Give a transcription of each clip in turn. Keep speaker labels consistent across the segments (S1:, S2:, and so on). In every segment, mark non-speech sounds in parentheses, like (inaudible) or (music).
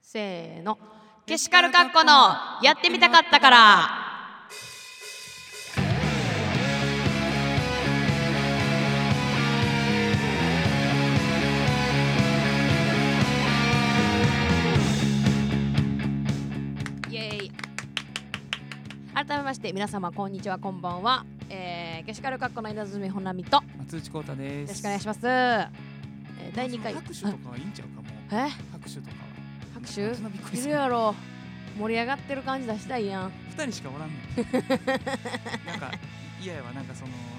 S1: せーのケシカルカッコのやってみたかったからイエーイ改めまして皆様こんにちはこんばんは、えー、ケシカルカッコの稲積ほなみとよ
S2: 松内光太で
S1: ろ
S2: す。
S1: しくお願いし
S2: ま
S1: ます、えー、第2回
S2: 拍手とかはいいんちゃうかも。
S1: あえ
S2: 拍手とかは。
S1: 拍
S2: な
S1: 手
S2: んかびっくり
S1: い
S2: す
S1: る
S2: る。
S1: やろ盛り上がってる感じ出したいやん
S2: 二人しかおらんね
S1: (laughs)
S2: ん。なんか嫌やわなんかそのなんや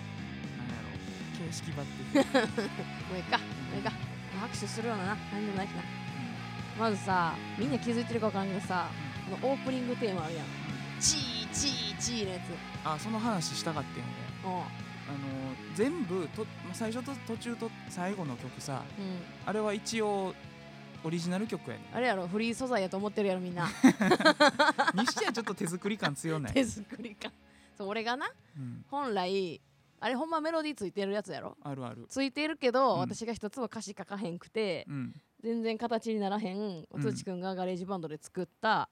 S2: ろ形式ばっていう。
S1: (laughs) もういいかもういいかもう拍手するようなな何でもないしなまずさみんな気づいてるか分からんけどさこのオープニングテーマあるやんチーチーチーのやつ
S2: あその話したかったよね。
S1: おう
S2: あの全部とまあ最初と途中と最後の曲さ
S1: うん
S2: あれは一応オリジナル曲やね
S1: あれやろフリー素材やと思ってるやろみんな
S2: ん。にしてはちょっと手作り感強ない。
S1: (laughs) 手作りかそう俺がな
S2: うん
S1: 本来あれほんまメロディーついてるやつやろ
S2: あ
S1: (laughs)
S2: るある。
S1: ついてるけど、
S2: うん
S1: 私が一つも歌詞書かへんくて
S2: うん
S1: 全然形にならへんおつちくんがガレージバンドで作った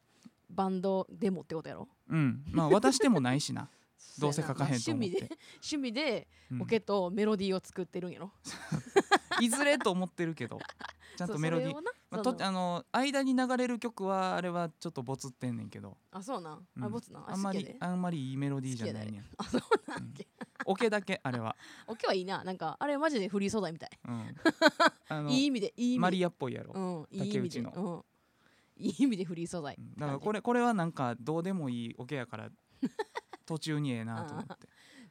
S1: バンドデモってことやろ
S2: うんまあ渡してもないしな。どうせ書かへんと
S1: (laughs) そうやなまあ
S2: 思
S1: 趣味
S2: って
S1: で。 (laughs) 趣味で
S2: うん
S1: オケとメロディーを作ってるんやろ、
S2: (laughs) いずれと思ってるけどちゃんとメロディー
S1: そうそれをな
S2: まあ、
S1: そ
S2: と
S1: の
S2: あの間に流れる曲はあれはちょっとボツってんねんけど
S1: あそうなん、
S2: うん
S1: あボツなんあ
S2: あんま
S1: 好きや
S2: り
S1: で
S2: あんまりいいメロディーじゃないねん
S1: あそうなんやっけ
S2: オケだけあれは、
S1: オケはいいななんかあれマジでフリー素材みたい
S2: うんあの
S1: いい意味でいい意味で
S2: マリアっぽいやろ、
S1: うんいい意味で
S2: 竹内の
S1: うん、いい意味でフリー素材、
S2: うんだからこれこれはなんかどうでもいいオケやから途中にええなと思って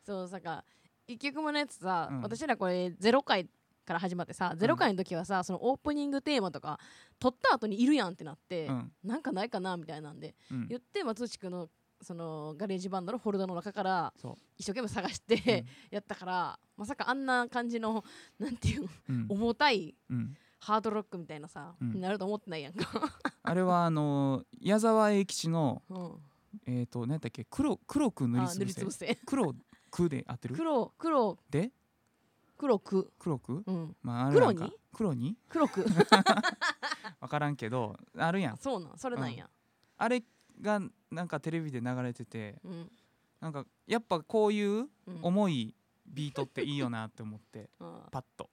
S1: そうなんか一曲ものやつさ、
S2: うん
S1: 私らこれゼロ回から始まってさゼロ回の時はさ、そのオープニングテーマとか撮った後にいるやんってなって、
S2: うん
S1: なんかないかなみたいなんで
S2: うん
S1: 言って松内くんのそのガレージバンドのフォルダの中から
S2: そ
S1: 一生懸命探し
S2: う
S1: て、やったからまさかあんな感じのなんていうの
S2: うんうん
S1: 重たい
S2: うん
S1: ハードロックみたいなさ、
S2: うん
S1: なると思ってないやんか、
S2: あれはあの矢沢永吉の
S1: うん、
S2: えっ、ー、と何やったっけ黒黒く塗り
S1: あ
S2: つ
S1: 塗
S2: ぶ
S1: り
S2: せ
S1: つぶせ
S2: 黒くで合ってる
S1: 黒黒
S2: で
S1: 黒く、
S2: 黒く、
S1: うん、
S2: まあ、あれなん
S1: 黒
S2: か
S1: に
S2: 黒に
S1: 黒 (laughs) く
S2: 分からんけどあるやん
S1: あそうなんそれなんや、
S2: あれがなんかテレビで流れてて
S1: うん
S2: なんかやっぱこういう
S1: うん
S2: 重いビートっていいよなって思って
S1: あ
S2: パッと、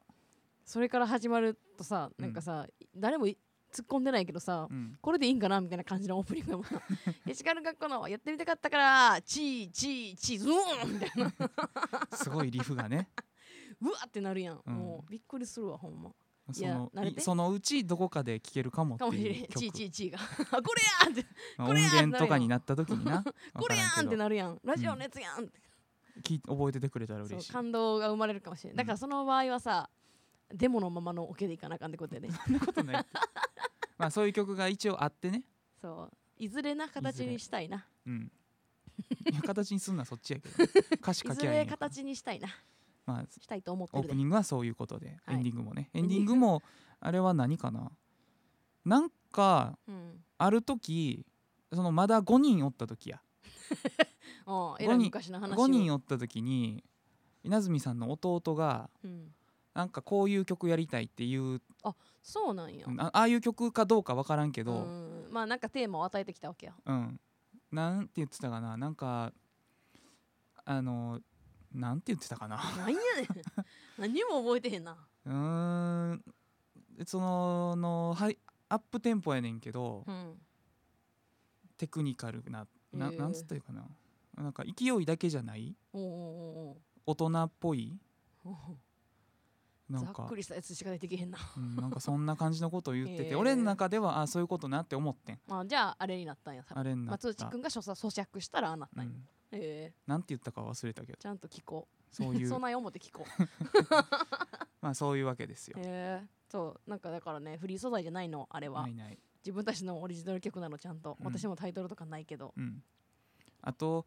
S1: それから始まるとさなんかさ、誰もい突っ込んでないけどさ、
S2: うん、
S1: これでいいんかなみたいな感じのオープニングやもんな (laughs) エシカル学校のやってみたかったからチーチーチーズーンみたいな
S2: すごいリフがね
S1: うわってなるやん、
S2: うん
S1: もうびっくりするわほんま (laughs) い
S2: そ
S1: や
S2: の
S1: 慣れて
S2: いそのうちどこかで聴けるかも
S1: か
S2: っ
S1: も
S2: て
S1: しれん
S2: いう曲
S1: チーチーチーが (laughs) あこれやんって
S2: まあ
S1: これ
S2: 音
S1: や
S2: 源とかになった時にな
S1: これやんって
S2: 分からん
S1: なるやんラジオのやつやんって、
S2: けど聞い覚えててくれたら
S1: そう
S2: 嬉しいそ
S1: 感動が生まれるかもしれないだからその場合はさ、デモのままのオケでいかなあかんってことやね
S2: んなことないってまあそういう曲が一応あってね、
S1: そういずれな形にしたいな (laughs)
S2: うん、いや形にすんのはそっちやけど歌詞
S1: い
S2: 書
S1: ず
S2: きゃい
S1: れ
S2: いんやから
S1: 形にしたいな
S2: まあ
S1: したいと思ってる
S2: オー
S1: で
S2: プニングはそういうことで、
S1: はい
S2: エンディングもね
S1: エ
S2: エ
S1: ン
S2: ン
S1: デ
S2: デ
S1: ィ
S2: ィ
S1: ン
S2: ン
S1: グ
S2: グもあれは何かななんか
S1: うん
S2: ある時そのまだ5人おった時や
S1: ああえらい
S2: 五人
S1: 昔の話を
S2: 5人おった時に稲積さんの弟が
S1: うん、
S2: なんかこういう曲やりたいっていう
S1: そうなんや、
S2: あああいう曲かどうか分からんけ
S1: う
S2: ど、うん
S1: ん、まあなんかテーマを与えてきたわけ
S2: (laughs)
S1: や
S2: なんて言ってたかななんかあのなんて言ってたかな (laughs)
S1: なんやねん何も覚えてへんな
S2: うーんそののはいアップテンポやねんけど、
S1: うん
S2: テクニカルなな,、
S1: えー
S2: なんつったらいいかななんか勢いだけじゃない
S1: おうおう
S2: 大人っぽい
S1: おうおう
S2: な
S1: ざ
S2: ん
S1: っ
S2: か
S1: く、りしたやつしか出てけへんな (laughs)
S2: うんなんかそんな感じのことを言ってて、
S1: えー
S2: 俺の中ではあそういうことなって思ってん
S1: あじゃああれになったんやさ
S2: あれになった、
S1: 松内くんが所作咀嚼したらああなった
S2: うん
S1: や、
S2: ん、
S1: ええ
S2: なんて言ったか忘れたけど
S1: ちゃんと聞こ
S2: そういう
S1: (laughs)
S2: う
S1: そない思って聞
S2: (laughs)
S1: こう
S2: まあそういうわけですよ、
S1: へえそうなんかだからねフリー素材じゃないのあれは、
S2: ないない、
S1: 自分たちのオリジナル曲なのちゃんと、
S2: うん
S1: 私もタイトルとかないけど
S2: うん、あと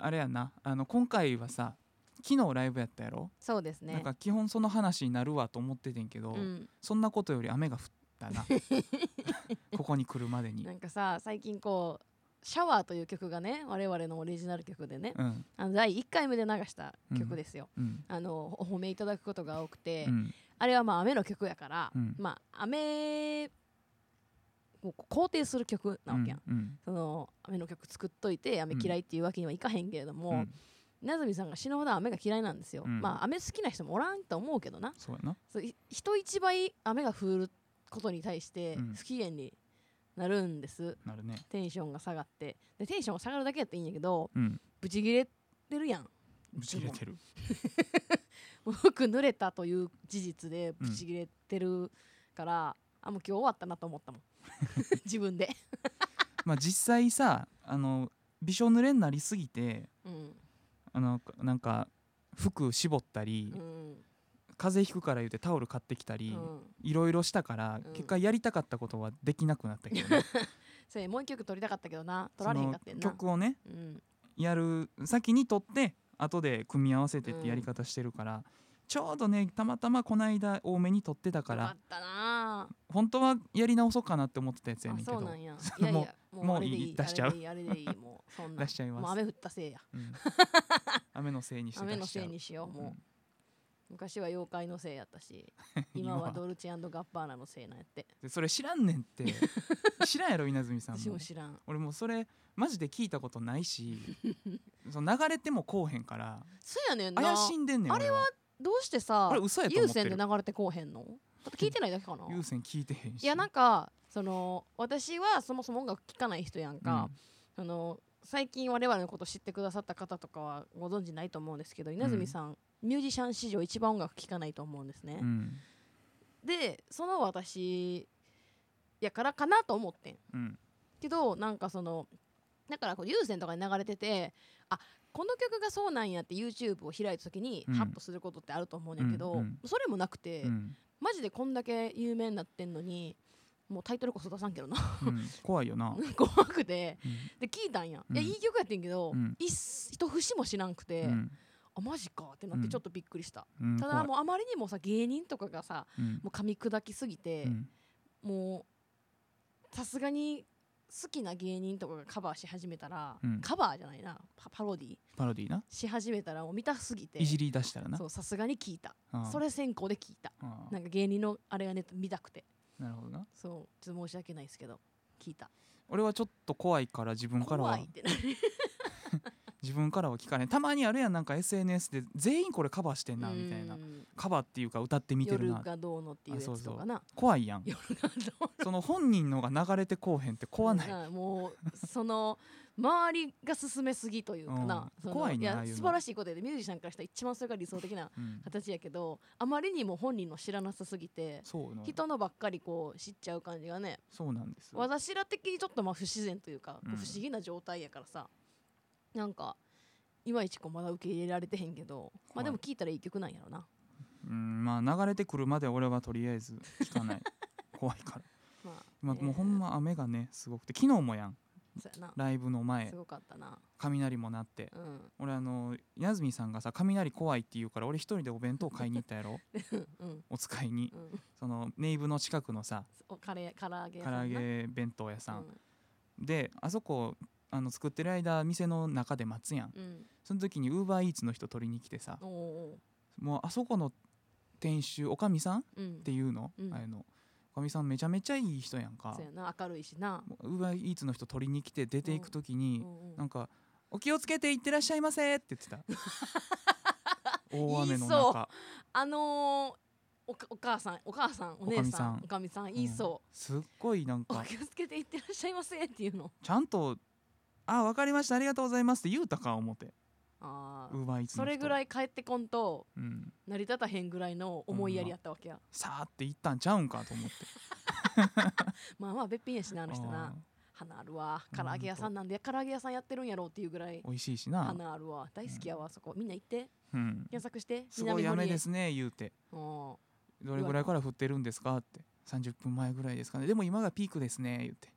S2: あれやなあの今回はさ昨日ライブやったやろ、
S1: そうです
S2: なん
S1: ね
S2: か基本その話になるわと思っててんけど、
S1: うん、
S2: そんなことより雨が降っ
S1: (laughs)
S2: たなここに来るまでに
S1: な、んかさ最近こう「シャワー」という曲がね我々のオリジナル曲でね
S2: うん
S1: あの第1回目で流した曲ですよ、
S2: うん
S1: あのお褒めいただくことが多くて、
S2: うん
S1: あれはまあ雨の曲やから、
S2: うん
S1: まあ雨もう肯定する曲なわけやん、
S2: うん
S1: その雨の曲作っといて雨嫌いっていうわけにはいかへんけれども、
S2: うんうん
S1: なずみさんが死ぬほど雨が嫌いなんですよ、
S2: うん
S1: まあ雨好きな人もおらんと思うけどな
S2: そうやな
S1: そうい人一倍雨が降ることに対して
S2: うん
S1: 不機嫌になるんです、
S2: なるね
S1: テンションが下がってでテンションが下がるだけやったらいいんやけど
S2: うん
S1: ブチギレてるやん
S2: ぶち切れてる
S1: もう服濡れたという事実でブチギレてるから、あもう今日終わったなと思った
S2: (laughs)
S1: もん自分で、
S2: まあ実際さあのびしょ濡れになりすぎて
S1: うん
S2: あのなんか服絞ったり、
S1: うん
S2: 風邪ひくから言うてタオル買ってきた
S1: う
S2: り、
S1: ん、
S2: いろいろしたから、
S1: うん
S2: 結果やりたかったことはできなくなった
S1: (laughs)
S2: けどね
S1: それもう一曲撮りたかったけどな撮
S2: そ
S1: られへん
S2: の
S1: かったんな
S2: 曲をね
S1: うん
S2: やる先に取って後で組み合わせてっ
S1: うん
S2: てやり方してるから、ちょうどねたまたまこの間多めに取ってたか
S1: よからったなあ
S2: 本当はやり直そうかなって思ってたやつや
S1: あ
S2: ねんけ
S1: そう
S2: ど
S1: なんや
S2: そ
S1: いや
S2: の
S1: いやもう
S2: (laughs) もう
S1: あれで
S2: い
S1: い
S2: い
S1: い
S2: 出しちゃう
S1: あれでいいあれでいいもうそんな
S2: (laughs) 出しちゃいます
S1: もう雨降ったせいや
S2: うん雨のせいにして
S1: 雨
S2: 出
S1: の
S2: しち
S1: せ
S2: ゃ
S1: いうにしようもう、
S2: ん
S1: 昔は妖怪のせいやったし
S2: (laughs) 今
S1: 今
S2: は
S1: はドルチアンドガッパーナのせいなんやって
S2: でそれ知らんねんって
S1: (laughs)
S2: 知らんやろ稲積さん
S1: 私
S2: も
S1: も知らん
S2: 俺もうそれマジで聞いたことな
S1: (laughs)
S2: いしその流れてもこうへんから
S1: そうやねんな
S2: 怪しんでんねん
S1: あれ
S2: は
S1: どうしてさ
S2: あれ嘘やと思
S1: 有
S2: って
S1: 線
S2: る
S1: で流れてこうへんのだって聞いてないだけか
S2: (laughs)
S1: な
S2: 優先聞いてへんし
S1: いやなんかその私はそもそも音楽聴かない人やんか、その最近我々のこと知ってくださった方とかはご存知ないと思うんですけど稲積さん、ミュージシャン史上一番音楽聴かないと思うんですね
S2: う、ん
S1: でその私やからかなと思ってん
S2: うん
S1: けどなんかそのだからこう有線とかに流れててあこの曲がそうなんやって YouTube を開いた時に
S2: うん
S1: ハッとすることってあると思うねんけど、
S2: うんうん
S1: それもなくて、
S2: うん
S1: マジでこんだけ有名になってんのにもうタイトルこそ出さんけどな
S2: うん怖いよな、
S1: (laughs) 怖くて
S2: うん
S1: で聞いたんや、いや
S2: うん
S1: いい曲やってんけど、
S2: うん
S1: 一す一節も知らんくて、
S2: うん
S1: あマジかってなってちょっとびっくりした、
S2: うん、
S1: ただ
S2: 怖い
S1: もうあまりにもさ芸人とかがさ
S2: う
S1: も
S2: ん
S1: う噛み砕きすぎて、
S2: うん
S1: もうさすがに好きな芸人とかがカバーし始めたら、
S2: うん
S1: カバーじゃないなパパロディ
S2: パロディな
S1: し始めたらもう見たすぎて
S2: いじり出したらな
S1: そうさすがに聞いた
S2: ああ
S1: それ先行で聞いた
S2: ああ
S1: なんか芸人のあれがね見たくて
S2: なるほどな
S1: そうちょっと申し訳ないですけど聞いた
S2: 俺はちょっと怖いから自分から
S1: 怖
S2: はい
S1: ってなる
S2: 自分からは聞かないたまにあるやんなんか SNS で全員これカバーしてんなみたいな
S1: うん
S2: カバーっていうか歌ってみてる
S1: 夜
S2: な
S1: がどうのっていうやつとかな
S2: 怖いやん
S1: 夜がどう
S2: その本人のが流れてこうへんって怖ない
S1: なもうその周りが進めすぎというかな、
S2: うん
S1: その
S2: 怖いねああ
S1: や
S2: いうの
S1: 素晴らしいことやでミュージシャンからしたら一番それが理想的な
S2: うん
S1: 形やけどあまりにも本人の知らなさすぎて
S2: そうな
S1: 人のばっかりこう知っちゃう感じがね
S2: そうなんです
S1: 私ら的にちょっとまあ不自然というか、
S2: うん
S1: 不思議な状態やからさなんかいまいちこうまだ受け入れられてへんけど、ま
S2: は
S1: あ、
S2: い
S1: でも聞いたらいい曲なんやろな、
S2: うんまあ流れてくるまで俺はとりあえず聞かない
S1: (laughs)
S2: 怖いから
S1: まあ
S2: まあ
S1: ね
S2: もうほんま雨がねすごくて昨日もやん
S1: そうやな
S2: ライブの前
S1: すごかったな
S2: 雷も鳴って
S1: うん
S2: 俺あの稲積さんがさ雷怖いって言うから俺一人でお弁当買いに行ったや
S1: (laughs)
S2: ろ
S1: うん
S2: お使いに
S1: うん
S2: そのネイブの近くのさ
S1: おカレー唐揚げ屋
S2: 唐
S1: さんな
S2: 揚げ弁当屋
S1: う
S2: さん、であそこあの作ってる間店の中で待つやん
S1: ん、うん
S2: その時にウーバーイーツの人取りに来てさ
S1: おーお
S2: もうあそこの店主おかみさんっ
S1: ーうん
S2: ていうの、
S1: うん
S2: あのおかみさんめちゃめちゃいい人やんか
S1: そうやな明るいしな、
S2: もうウーバーイーツの人取りに来て出ていく時
S1: う
S2: に、
S1: んうん
S2: なんか「お気をつけていってらっしゃいませ」って言って
S1: (laughs)
S2: た大
S1: 言
S2: 雨の
S1: いそう
S2: 中
S1: あのーおかお母さんお母さんお姉さん
S2: お、
S1: おかみさん言いそう
S2: んすっごいなん
S1: う、
S2: か
S1: お気をつけていってらっしゃいませっていうの
S2: ちゃんと「あ分かりましたありがとうございます」って言うたか思って
S1: あー
S2: ウーバーイーツの人
S1: それぐら
S2: い、
S1: い帰ってこんと
S2: うん、
S1: 成り立たへんぐらいの思いやりやったわけや、
S2: さーって行ったんちゃうんかと思って
S1: まあまあべっぴんやしなあの人
S2: あ
S1: な花あるわ唐揚げ屋さんなんで唐揚げ屋さんやってるんやろうっていうぐらい
S2: ー美味しいしな、
S1: 花あるわ大好きやわ、そこみんな行って
S2: うん、
S1: 検索して
S2: すごい
S1: 南
S2: 雨
S1: 堀江
S2: ですね言うて
S1: うん
S2: どれぐらいから降ってるんですかって30分前ぐらいですかねでも今がピークですね言って
S1: 言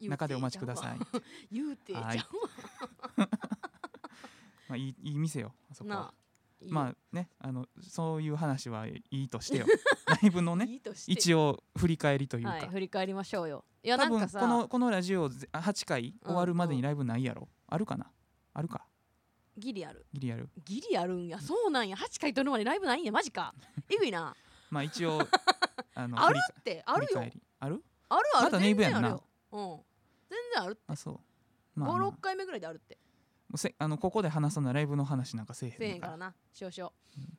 S1: うて
S2: 中でお待ちください
S1: ちゃうわ言うてちゃうわ
S2: はい (laughs) まあいいいい店よあそこ
S1: な
S2: は
S1: あいいよ
S2: まあねあのそういう話はいい
S1: (laughs)
S2: としてよライブのね
S1: いいとして
S2: 一応振り返りというか、
S1: はい振り返りましょうよいやな
S2: 多
S1: ん
S2: 分
S1: か
S2: こ
S1: さ
S2: のこのラジオぜあ8回終わるまでにライブないやろ、あるかなあるか
S1: ギリある
S2: ギリやる
S1: ギリあるんやそうなんや8回撮るまでライブないんやマジ
S2: (laughs)
S1: かえぐいな
S2: まあ一応あの
S1: (laughs) あ
S2: 振
S1: る
S2: り
S1: ってあるよ
S2: 振り返りある
S1: あるある
S2: まだネイブやん
S1: 全然ある
S2: な
S1: ようん全然ある
S2: あそうまあ、まあ、
S1: 56
S2: も
S1: 回目ぐらいであるって
S2: うせあのここで話さないライブの話なんかせえ
S1: せえ
S2: へ
S1: へ
S2: ん
S1: ん
S2: か
S1: かららな少々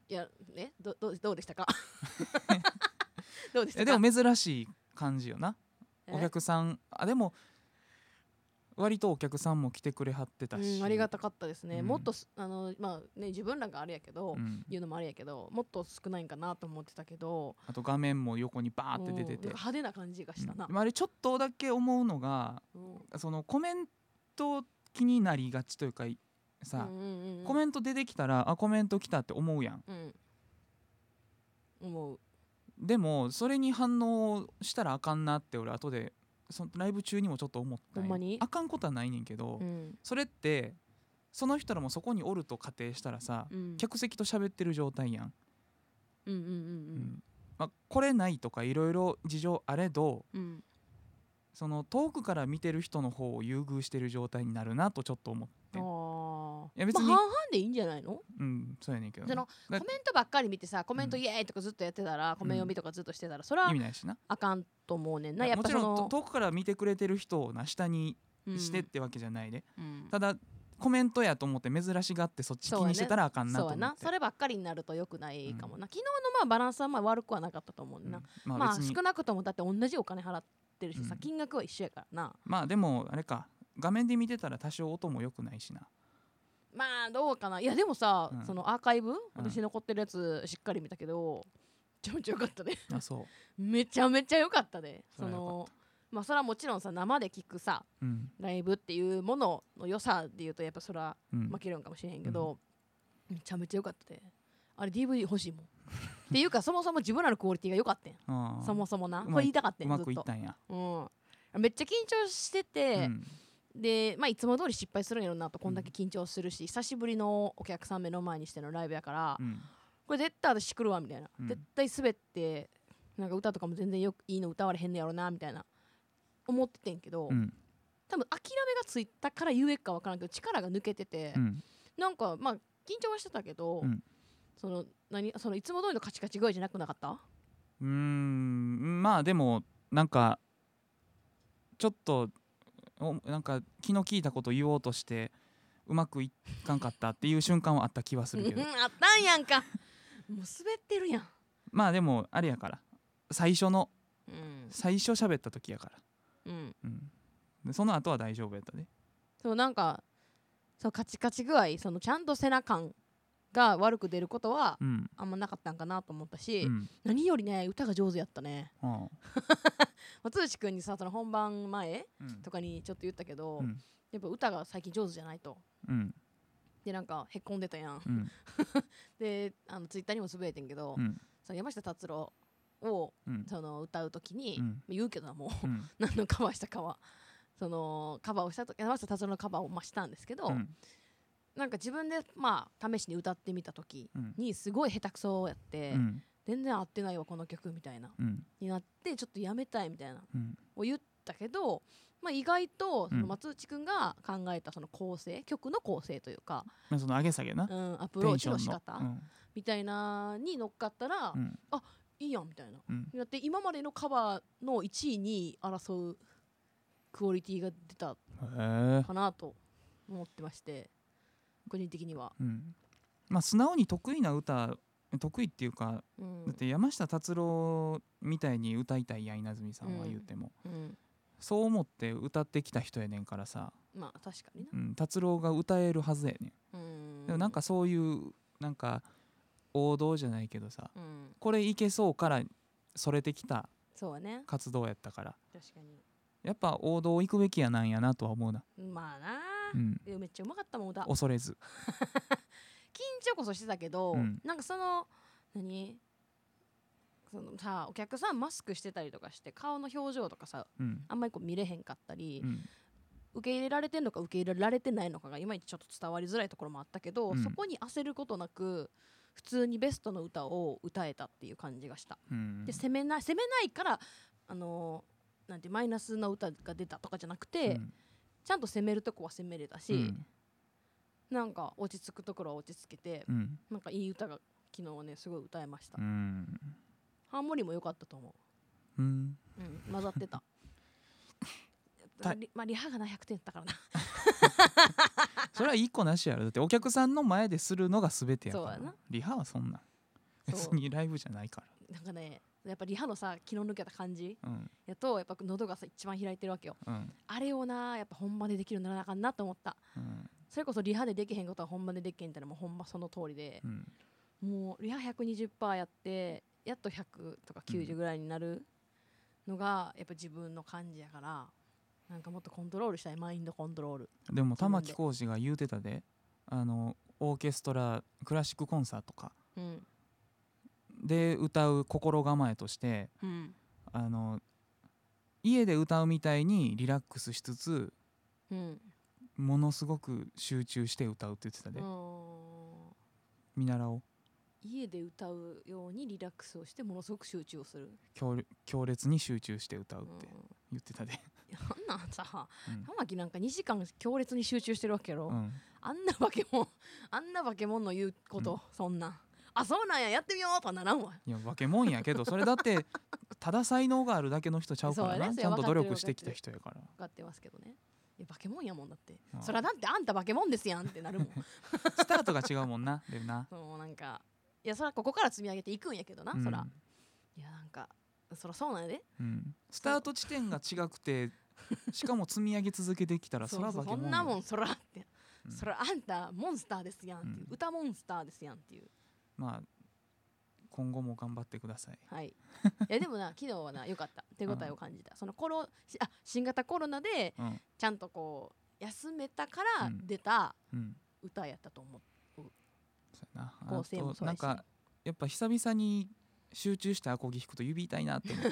S1: いやねどどうどうでした
S2: (laughs)
S1: か (laughs) どうでした
S2: え
S1: か
S2: でも珍しい感じよな
S1: え
S2: お客さんあでも割とお客さんも来てくれはってたし、
S1: うん、ありがたかったですね、
S2: うん
S1: もっとすあのまあね自分らがあれやけど、
S2: うん
S1: 言うのもあれやけどもっと少ないんかなと思ってたけど
S2: あと画面も横にバーって出
S1: うんな
S2: てて、
S1: んか派手な感じがしたな、
S2: うんまああれちょっとだけ思うのが
S1: うん
S2: そのコメント気になりがちというかいさ、コ
S1: ん、
S2: メント出てきたらあコメント来たって思うやん
S1: うん、思う
S2: でもそれに反応したらあかんなって俺後でそのライブ中にもちょっと思ったんよ
S1: ほんまに
S2: あかんことはないねんけど、
S1: うん
S2: それってその人らもそこにおると仮定したらさ、
S1: うん
S2: 客席と喋ってる状態やん、
S1: うんうん
S2: うんまあ、これないとかいろいろ事情あれど
S1: うんうん
S2: その遠くから見てる人の方を優遇してる状態になるなとちょっと思って
S1: あー
S2: いや別に
S1: まあ、半々でいいんじゃないの
S2: うんそうやねんけど
S1: その
S2: なだ
S1: コメントばっかり見てさコメント
S2: うん
S1: イエーイとかずっとやってたら、コメ
S2: うん
S1: 読みとかずっとしてたらそれは
S2: 意味ないしな
S1: あかんと思うねんなやっ
S2: も
S1: ぱ
S2: ち
S1: そ
S2: ろんと
S1: の
S2: 遠くから見てくれてる人をな下に
S1: うん
S2: してってわけじゃないで、
S1: うん
S2: ただコメントやと思って珍しがってそっち気にしてたらあかんなと
S1: そう
S2: 思
S1: や
S2: って
S1: なそればっかりになるとよくないかもな、昨日のまあバランスはまあ悪くはなかったと思うねんな、
S2: うんま
S1: ま
S2: あ
S1: あ
S2: 別に、ま
S1: 少
S2: あ、
S1: なくともだって同じお金払ってるしさ、
S2: うん
S1: 金額は一緒やからな
S2: でもあれか画面で見てたら多少音も良くないしな
S1: まあどうかないやでもさ、
S2: うん
S1: そのアーカイブ私残ってるやつしっかり見たけど、めちゃめちゃ良かったね (laughs)
S2: あそう
S1: めちゃめちゃ良かったね
S2: そ
S1: そ
S2: れは良
S1: の
S2: か
S1: まあそれはもちろんさ生で聞くさ
S2: うん
S1: ライブっていうものの良さで言うとやっぱそれは
S2: うん、
S1: 負けるんかもしれへんけど、めちゃめちゃ良かったであれ DVD 欲しいもんっていうかそもそも自分らのクオリティが良かったん
S2: あー
S1: そもそもな
S2: う
S1: こ
S2: ま
S1: れ
S2: い
S1: 言いたかった
S2: うんま
S1: ずっ
S2: くいっ
S1: と
S2: たんや、
S1: うんめっちゃ緊張してて、
S2: うん
S1: で、まあ、いつも通り失敗するんやろなとこんだけ緊張するし、久しぶりのお客さん目の前にしてのライブやから、
S2: うん
S1: これ絶対私来るわみたいな、
S2: うん
S1: 絶対滑ってなんか歌とかも全然よくいいの歌われへんのやろなみたいな思っててんけど、
S2: うん
S1: 多分諦めがついたからゆえか分からんけど力が抜けてて、
S2: うん
S1: なんかまあ緊張はしてたけど、
S2: うん
S1: その何そのいつも通りのカチカチ具合じゃなくなかった
S2: うーんまあでもなんかちょっとおなんか気の利いたこと言おうとしてうまくいかんかったっていう瞬間はあった気はするけ
S1: (laughs)
S2: ど
S1: うんあったんやんかもう滑ってるやん、
S2: まあでもあれやから最初の
S1: うん
S2: 最初喋った時やから、
S1: うん、
S2: うん、でその後は大丈夫やったで
S1: そうなんかそうカチカチ具合そのちゃんと背中感が悪く出ることは
S2: うん、
S1: あんまなかったんかなと思ったし、
S2: うん、
S1: 何よりね歌が上手やったね
S2: ああ
S1: 松内くんにさその本番前
S2: うん
S1: とかにちょっと言ったけど、
S2: うん
S1: やっぱ歌が最近上手じゃないと
S2: うん
S1: でなんかへっこんでたやん
S2: うん
S1: であのツイッターにもつぶやいてんけど、
S2: うん
S1: その山下達郎を
S2: うん
S1: その歌う時に、
S2: うん
S1: 言うけどなも (laughs) う
S2: うん
S1: 何のカバーしたかはそのカバーをしたと山下達郎のカバーをまあしたんですけど、
S2: うん
S1: なんか自分でまあ試しに歌ってみた時
S2: うん
S1: にすごい下手くそやって、
S2: うん
S1: 全然合ってないわこの曲みたいな
S2: うん
S1: になってちょっとやめたいみたいな
S2: うん
S1: を言ったけど、まあ、意外とそ
S2: うん
S1: の松内くんが考えたその構成曲の構成というか、
S2: まあその上げ下げな
S1: うん、アプ
S2: テ
S1: ロー
S2: ン
S1: チ
S2: ショ
S1: の
S2: ン
S1: 仕
S2: の
S1: 方みたいなに乗っかったら、
S2: うんうん
S1: いいやんみたいな
S2: うん
S1: だって今までのカバーの1位に争うクオリティが出た
S2: へえ
S1: かなと思ってまして個人的には、
S2: うんまあ素直に得意な歌得意っていうか
S1: うん
S2: だって山下達郎みたいに歌いたいやん稲積さんは
S1: うん
S2: 言うても、
S1: うん、
S2: そう思って歌ってきた人やねんからさ、
S1: まあ確かにな
S2: うん、達郎が歌えるはずやね
S1: うん
S2: んでもなんかそういうなんか王道じゃないけどさ
S1: うん
S2: これいけそうからそれてきた
S1: そうやね
S2: 活動やったから
S1: 確かに
S2: やっぱ王道行くべきやなんやなとは思うな、
S1: まあな
S2: う
S1: あ、
S2: ん、
S1: でもめっちゃうまかったもん歌緊
S2: 恐れず
S1: 張こそしてたけど、
S2: うん
S1: なんかその何そのさお客さんマスクしてたりとかして顔の表情とかさ
S2: うん
S1: あんまりこう見れへんかったり、
S2: うん
S1: 受け入れられてんのか受け入れられてないのかがいまいちちょっと伝わりづらいところもあったけど、
S2: うん
S1: そこに焦ることなく普通にベストの歌を歌えたっていう感じがした、
S2: うん
S1: で攻めない攻めないからあのーなんてマイナスの歌が出たとかじゃなくて、
S2: うん
S1: ちゃんと攻めるとこは攻めれたし、
S2: うん
S1: なんか落ち着くところは落ち着けて、
S2: うん
S1: なんかいい歌が昨日ねすごい歌えました、
S2: うん
S1: ハーモニーも良かったと思
S2: うん
S1: う、うん、混ざってた
S2: (laughs) た
S1: リまあ、リハがな100点だったからな
S2: それは一個なしやろだってお客さんの前でするのが全てやから
S1: そうやな
S2: リハはそんなん
S1: そ
S2: (laughs) 別
S1: う
S2: にライブじゃないか
S1: なんかねやっぱリハのさ気の抜けた感じ
S2: らうん
S1: やとやっぱ喉がさ一番開いてるわけよ
S2: うん
S1: あれをなやっぱ本番でできるようにならなあかんなと思った
S2: うん
S1: それこそリハでできへんことは本番でできへんってのもほんまその通りで
S2: う、ん
S1: もうリハ120%やってやっと100とか90ぐらいになるのがやっぱ自分の感じやからなんかもっとコントロールしたいマインドコントロール
S2: でも
S1: 自分
S2: 玉
S1: で
S2: 置浩二が言うてたであのオーケストラクラシックコンサートか
S1: うん
S2: で歌う心構えとして
S1: うん
S2: あの家で歌うみたいにリラックスしつつ
S1: うん
S2: ものすごく集中して歌うって言ってたで、見習おう
S1: 家で歌うようにリラックスをしてものすごく集中をする
S2: 強烈強烈に集中して歌うっ
S1: うん
S2: て言ってたで、
S1: あんなんさ
S2: うん
S1: 玉木なんか2時間強烈に集中してるわけやろ、
S2: うん、
S1: あんな化け物あんな化け物の言うこと、
S2: うん
S1: そんなんあそうなんややってみようとはならんわ
S2: いや化け物やけどそれだってただ才能があるだけの人ちゃうから
S1: そうや
S2: な
S1: ね
S2: ちゃんと努
S1: 分か
S2: 力
S1: っ
S2: してて
S1: る
S2: きた人やから
S1: 分かってますけどねいや化け物やもんだって
S2: ああ
S1: そりゃだってあんた化け物ですやんってなるもん
S2: (laughs) スタートが違うもんなでな
S1: そのなんかいやそらここから積み上げていくんやけどな、
S2: うん
S1: そらいやなんかそらそうなんやで
S2: うん、スタート地点が違くてしかも積み上げ続けてきたらそら
S1: そ
S2: 化
S1: う
S2: け
S1: そ
S2: 物
S1: んなもんそらって、
S2: うん
S1: そらあんたモンスターですやんっていう、
S2: うん
S1: 歌モンスターですやんっていう
S2: まあ今後も頑張ってください (laughs)
S1: はいいやでもな昨日はな良かった手応えを感じた、そのコロしあ新型コロナで
S2: うん
S1: ちゃんとこう休めたから
S2: うん
S1: 出た
S2: うん
S1: 歌やったと思う、
S2: そうやな
S1: 構成も
S2: あ
S1: そ
S2: と
S1: うやし
S2: なんかやっぱ久々に集中してアコギ弾くと指痛いなって
S1: (laughs)
S2: 思って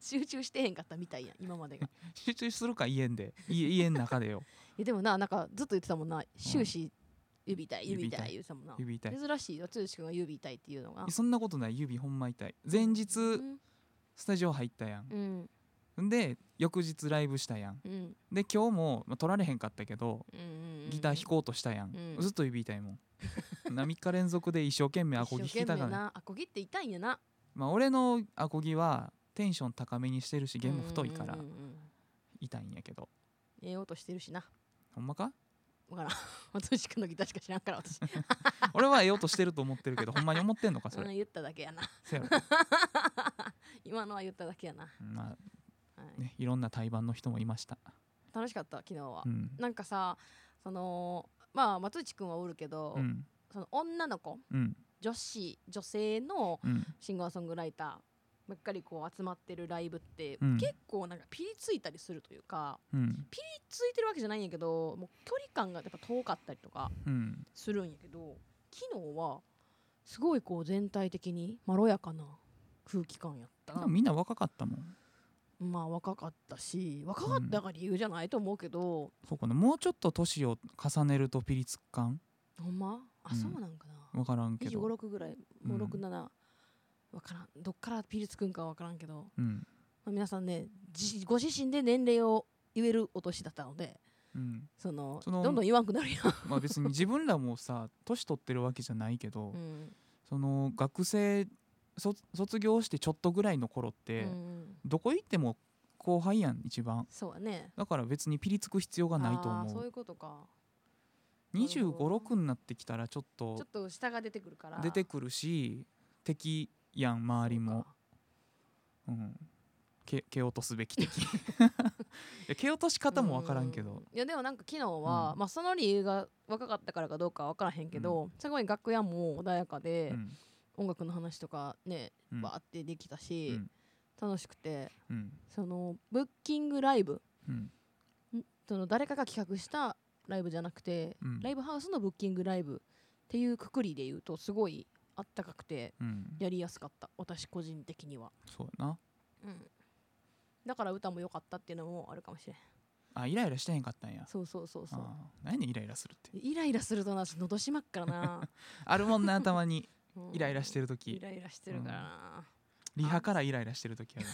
S1: 集中してへんかったみたいやん今までがい
S2: 集中するか家んで家家の中でよ
S1: やでもななんかずっと言ってたもんな終始指痛い指痛い
S2: 指
S1: 言ってたもんな (laughs)
S2: 指痛い
S1: 珍しいよ剛君が指痛いっていうのが
S2: そんなことない指ほんま痛い前日
S1: うん
S2: スタジオ入ったやん
S1: うん
S2: んで翌日ライブしたやん
S1: うん
S2: で今日も、まあ、撮られへんかったけど
S1: うん
S2: ギター弾こうとしたやん、
S1: うん
S2: ずっと指痛いもん (laughs) な3日連続で一生懸命ア
S1: アコ
S2: コギ
S1: ギ
S2: 弾きた
S1: た
S2: から、
S1: なアコギって痛いんやな
S2: まあ、俺のアコギはテンション高めにしてるし弦も太いから
S1: うんうんうんうん
S2: 痛いんやけど
S1: ええ音してるしな
S2: ほんまか
S1: わからん (laughs) 剛君のギターしか知らんから
S2: (laughs)
S1: 私、
S2: 俺はええ音してると思っ
S1: (laughs)
S2: てるけどほんまに思ってんのかそ
S1: うん、
S2: れ
S1: 言っただけやな
S2: せやろ、
S1: 今のは言っただけやな、は
S2: ま
S1: い
S2: あね、いろんな対バンの人もいました、
S1: 楽しかった昨日は
S2: う、ん
S1: なんかさそのまあ松内くんはおるけど、
S2: うん
S1: その女の子
S2: うん
S1: 女子女性の
S2: うん
S1: シンガーソングライターばっかりこう集まってるライブって、
S2: うん
S1: 結構なんかピリついたりするというか
S2: うん
S1: ピリついてるわけじゃないんやけどもう距離感がやっぱ遠かったりとか
S2: うん
S1: するんやけど昨日はすごいこう全体的にまろやかな空気感やった
S2: でもみんな若かったもん
S1: まあ若かったし若かったが理由じゃないと思うけど、
S2: そうかなもうちょっと年を重ねるとピリつく感
S1: ほんまあ、
S2: うん
S1: そうなんかな
S2: 分からんけ
S1: 2 5
S2: ど、
S1: 6ぐらい
S2: う
S1: も
S2: ん
S1: う67、わからんどっからピリつくんかわからんけど、
S2: うん
S1: まあ、皆さんねじご自身で年齢を言えるお年だったので
S2: うん、
S1: その
S2: その
S1: どんどん言わんくなるやん、
S2: まあ別に自分らもさ (laughs) 年取ってるわけじゃないけど、
S1: うん
S2: その学生そ卒業してちょっとぐらいの頃って、
S1: うん
S2: どこ行っても後輩やん一番
S1: そうやね
S2: だから別にピリつく必要がないと
S1: あー
S2: 思
S1: そういううことか
S2: 2
S1: なる
S2: 5
S1: ほど
S2: 6になってきたらちょっ
S1: ちょ
S2: と
S1: っと下が出てくるから
S2: 出てくるし敵やん周りもうん、け蹴落とすべき
S1: (laughs)
S2: 敵いや蹴落とし方も分からんけ
S1: う
S2: ど
S1: いやでもなんか昨日は、
S2: うん
S1: まあ、その理由が若かったからかどうかは分からへんけど、すごい楽屋も穏やかで、
S2: うん
S1: 音楽の話とかね
S2: うん
S1: バーってできたし、
S2: うん
S1: 楽しくて
S2: うん
S1: そのブッキングライブ
S2: うん
S1: その誰かが企画したライブじゃなくて、
S2: うん
S1: ライブハウスのブッキングライブっていうくくりで言うとすごいあったかくて
S2: うん
S1: やりやすかった私個人的には、
S2: そうやな
S1: うん、だから歌も良かったっていうのもあるかもしれん
S2: あイライラしてへんかったんや
S1: そうそうそうそう
S2: あー何やねんイライラするって
S1: イライラするとなのどしまっから
S2: (laughs)
S1: な、
S2: あるもんな頭に
S1: うん
S2: イライラしてる時
S1: イライラしてるからな、
S2: リハからイライラしてる時ある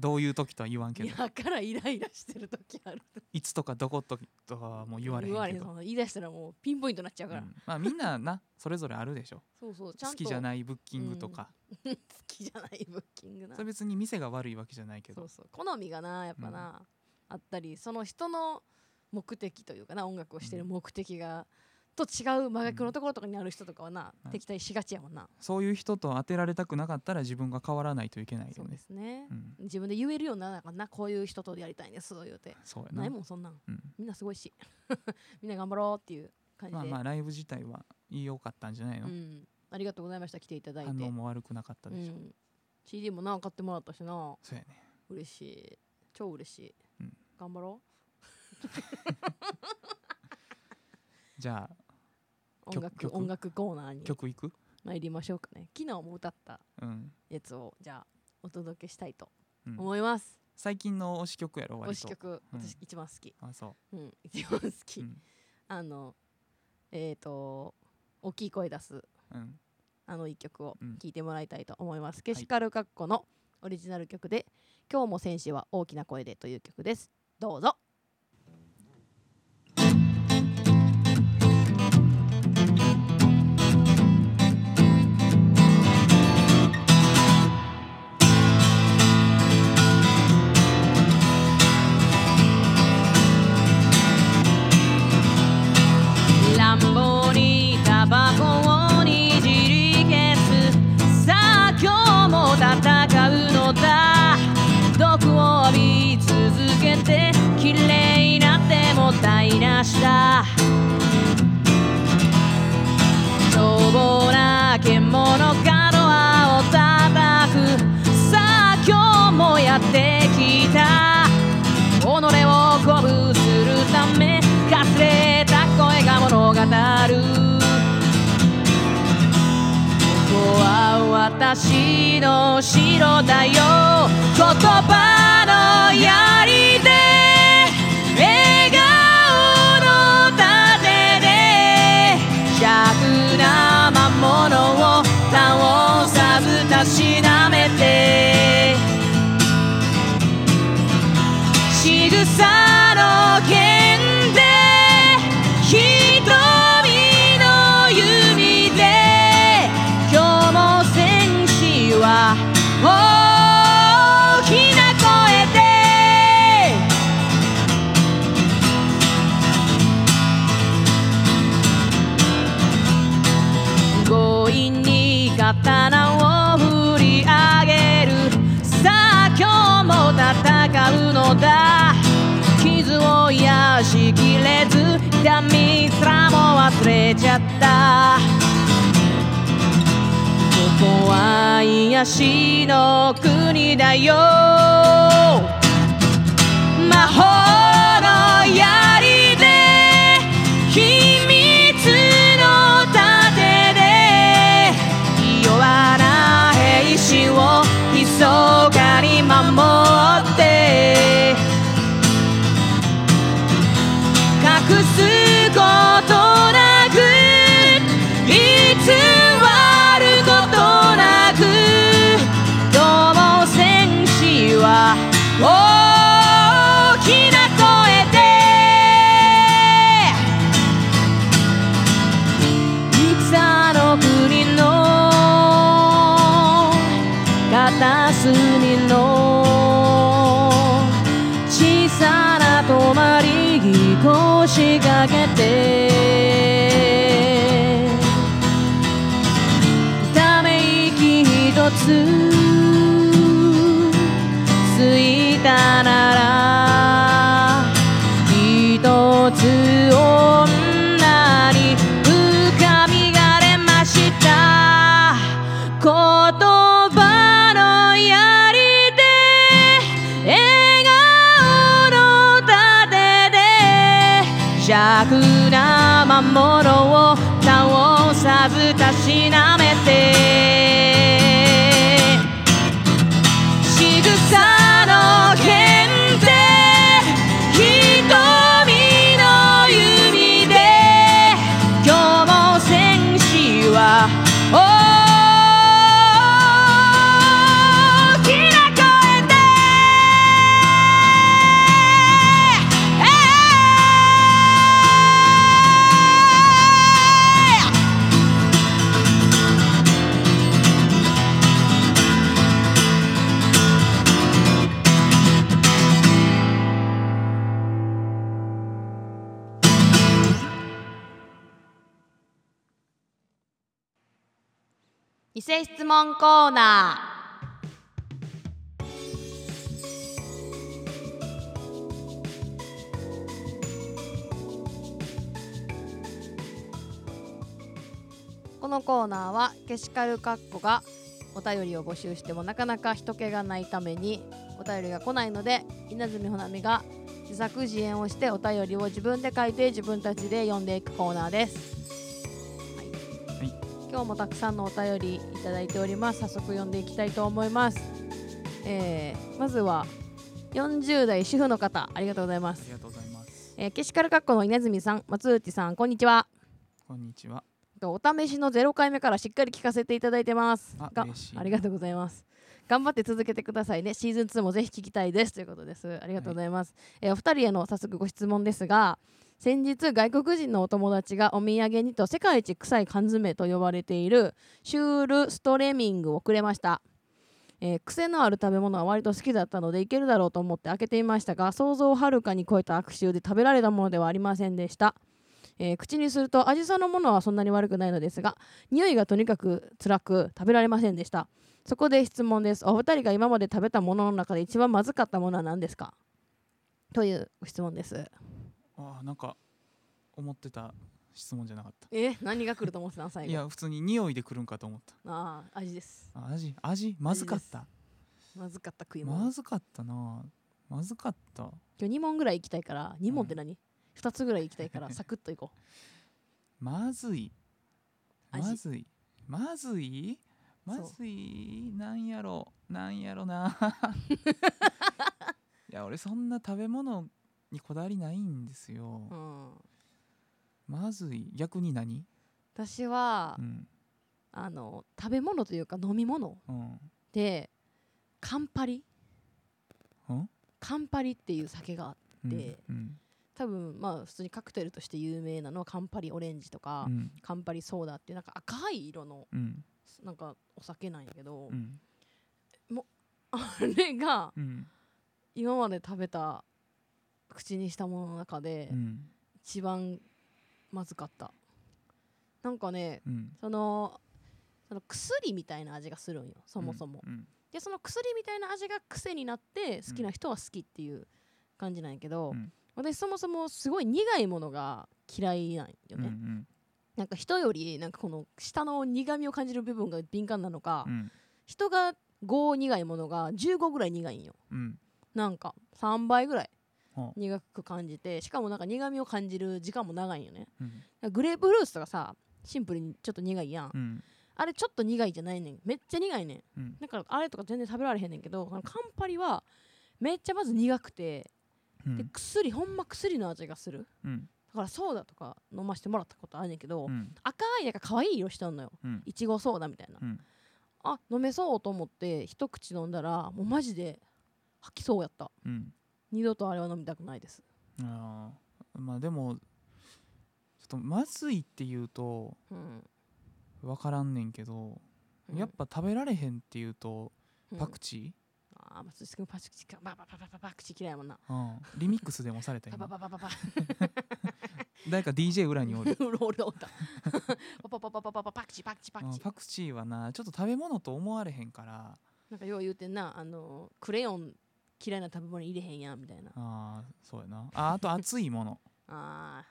S2: どういう時とは言わんけ
S1: い
S2: ど
S1: やからイライラしてる時ある
S2: いつとかどこととかはもう言われへんけど、
S1: そんな言い出したらもうピンポイントになっちゃう
S2: う
S1: から、
S2: んまあみんななそれぞれあるでしょ
S1: そうそうちゃん
S2: 好
S1: と
S2: きじゃ
S1: い
S2: ないブッキングとか、
S1: (laughs) 好きじゃないブッキングな
S2: それ別に店が悪いわけじゃないけ
S1: そ
S2: ど
S1: うそう好みがなやっぱな、あったりその人の目的というかな音楽をしてる目的が、と違う真逆のところとかにある人とかはな、
S2: うん
S1: 敵対しがちやもんな、
S2: そういう人と当てられたくなかったら自分が変わらないといけない
S1: そ
S2: よ
S1: うで
S2: ね。
S1: すね、
S2: うん、
S1: 自分で言えるようにならなあかんなこういう人とやりたいんです言うて
S2: そうや
S1: ない
S2: な。
S1: もんそんなん
S2: うん、
S1: みんなすごいし (laughs) みんな頑張ろうっていう感じで、
S2: まあまあライブ自体は良かったんじゃないの
S1: う。ん、ありがとうございました来ていただいて、
S2: 反応も悪くなかった
S1: う
S2: でしょ。
S1: ん、CD もな買ってもらったしな
S2: そうやね。
S1: 嬉しい超嬉しい、
S2: うん
S1: 頑張ろ
S2: じゃあ
S1: う音
S2: 曲
S1: 楽
S2: 曲
S1: 音楽コーナーに
S2: 曲いく？
S1: 参りましょうかね昨日も歌った
S2: うん。
S1: やつをじゃあお届けしたいと
S2: うん
S1: 思います、
S2: 最近の推し曲やろ
S1: 推
S2: 割
S1: し
S2: と。
S1: 曲、
S2: うん
S1: 私一番好き、
S2: あそ
S1: うん、一番好き、
S2: う。うん。
S1: あのえっ、と大きい声出す
S2: うん。
S1: あの一曲を
S2: うん
S1: 聴いてもらいたいと思います、ケシカルカッコのオリジナル曲で「今日も戦士は大きな声で」という曲ですどうぞ乱暴にタバコを握り消すさあ今日も戦うのだ毒を浴び続けて綺麗になっても台無しだしょうもな獣がドアを叩くさあ今日もやってきた己を鼓舞するためかすれた声が物語るここは私の城だよ言葉の槍で笑顔の盾で弱な魔物を倒さずたしなめて仕草の剣で瞳の弓で今日も戦士は大きな声で強引に刀を振り上げるさあ今日も戦うのだ傷を癒しきれず痛みすらも忘れちゃったここは癒しの国だよ魔法の槍で秘密の盾で弱な兵士を密かに守って隠すことなく偽ることなくどうも戦士は大きな声でいつあの国の片隅の小さな泊まり木を仕掛けてため息ひとつついたならひとつ女に深みがれました言葉の槍で笑顔の盾で弱な魔物を倒さずたしなめて仕草の剣で瞳の弓で今日も戦士は大きな声でえい伊勢質問コーナーこのコーナーはケシカルカッコがお便りを募集してもなかなか人気がないためにお便りが来ないので稲積ほなみが自作自演をしてお便りを自分で書いて自分たちで読んでいくコーナーです、はい
S2: はい
S1: 今日もたくさんのお便りいただいております早速読んでいきたいと思います、えーまずは40代主婦の方ありがとうございま
S2: あ
S1: す
S2: り、がとうございます
S1: えー、ケシカルカッコの稲積さん松内さんこんにちは
S2: こんにちは
S1: お試しの0回目からしっかり聞かせていただいてます
S2: あ
S1: が
S2: 嬉しい
S1: ありがとうございます頑張って続けてくださいねシーズン2もぜひ聞きたいですということですありがとうございます、えーお二人への早速ご質問ですが先日外国人のお友達がお土産にと世界一臭い缶詰と呼ばれているシュールストレミングをくれました、えー癖のある食べ物は割と好きだったのでいけるだろうと思って開けていましたが想像をはるかに超えた悪臭で食べられたものではありませんでした、えー口にすると味そのものはそんなに悪くないのですが匂いがとにかく辛く食べられませんでしたそこで質問ですお二人が今まで食べたものの中で一番まずかったものは何ですかというご質問です
S2: あーなんか思ってた質問じゃなかった
S1: え何が来ると思ってたの最
S2: いや普通に匂いでくるんかと思った
S1: ああ味です
S2: あ味味まずかった
S1: まずかった食い物、
S2: まずかったなまずかった
S1: 今日2問ぐらい行きたいから2問って何、二 ?2 つぐらい行きたい (laughs) からサクッといこ
S2: まずい
S1: 味
S2: まずいまずい
S1: そ
S2: ま
S1: う
S2: ずいなんやろなんや
S1: (laughs)
S2: ろないや俺そんな食べ物にこだわりないんですよ、
S1: う、うん、
S2: まずい逆に何
S1: 私は、
S2: うん
S1: あの食べ物というか飲み物
S2: うん
S1: でカンパリ
S2: うん
S1: カンパリっていう酒がで
S2: うん
S1: 多分まあ普通にカクテルとして有名なのはカンパリオレンジとか、
S2: うん
S1: カンパリソーダっていうなんか赤い色の
S2: うん
S1: なんかお酒なんやけど、
S2: うん
S1: あれが
S2: うん
S1: 今まで食べた口にしたものの中で
S2: うん
S1: 一番まずかったなんかね
S2: うん
S1: そのその薬みたいな味がするんよそもそも、
S2: うん
S1: でその薬みたいな味が癖になって好きな人は好きっていう感じなんやけど、
S2: うん
S1: 私そもそもすごい苦いものが嫌いなんよ
S2: うんう
S1: ね、
S2: ん
S1: なんか人よりなんかこの舌の苦みを感じる部分が敏感なのか、
S2: うん
S1: 人が5苦いものが15ぐらい苦いんよ
S2: うん
S1: なんか3倍ぐらい
S2: ほう
S1: 苦く感じてしかもなんか苦みを感じる時間も長いんよね
S2: うん
S1: グレープフルーツとかさシンプルにちょっと苦いやん、
S2: うん
S1: あれちょっと苦いじゃないねんめっちゃ苦いねん
S2: うん
S1: だからあれとか全然食べられへんねんけどそのカンパリはめっちゃまず苦くて
S2: う
S1: で
S2: ん
S1: 薬ほんま薬の味がする
S2: うん
S1: だからソーダとか飲ましてもらったことあるねんけど、
S2: うん
S1: 赤いなんか可愛い色してんのよ
S2: うん
S1: いちごソーダみたいな
S2: うん
S1: あ飲めそうと思って一口飲んだらもうマジで吐きそうやった
S2: うん
S1: 二度とあれは飲みたくないです
S2: あーまあでもちょっとまずいっていうと
S1: うん
S2: 分からんねんけど
S1: うん
S2: やっぱ食べられへんっていうとパクチ
S1: ああ松井君パクチーかパパパパパパクチー嫌いやもんな
S2: ーうんリミックスでもされた
S1: パパ
S2: 今
S1: パパパパ
S2: 誰か DJ 裏におる
S1: うろうろおったパパパパパパパクチーパクチーパ
S2: う
S1: ク
S2: ん
S1: チー
S2: パクチーはなちょっと食べ物と思われへんから
S1: なんかよう言うてんなあのークレヨン嫌いな食べ物入れへんやんみたいな
S2: あーそうやなああと熱
S1: (laughs)
S2: いもの
S1: あ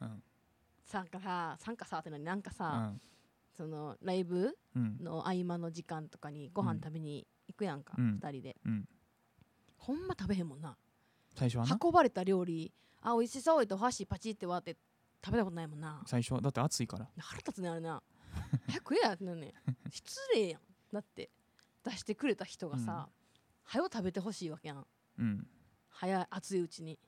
S1: あ
S2: うん
S1: さんかささんかさってなになんか
S2: う
S1: さ、
S2: ん
S1: そのライブ
S2: うん
S1: の合間の時間とかにご
S2: う
S1: 飯
S2: ん
S1: 食べに行くやんか、
S2: う
S1: 二
S2: ん
S1: 人で
S2: うん
S1: ほんま食べへんもんな
S2: 最初はな
S1: 運ばれた料理あ美味しそういとお箸パチって割って食べたことないもんな
S2: 最初はだって熱いから
S1: 腹立つねあれ
S2: (laughs)
S1: な早く食えやってなるねん失礼やんだって出してくれた人がさ、早う食べてほしいわけやん
S2: うん
S1: 早い熱いうちに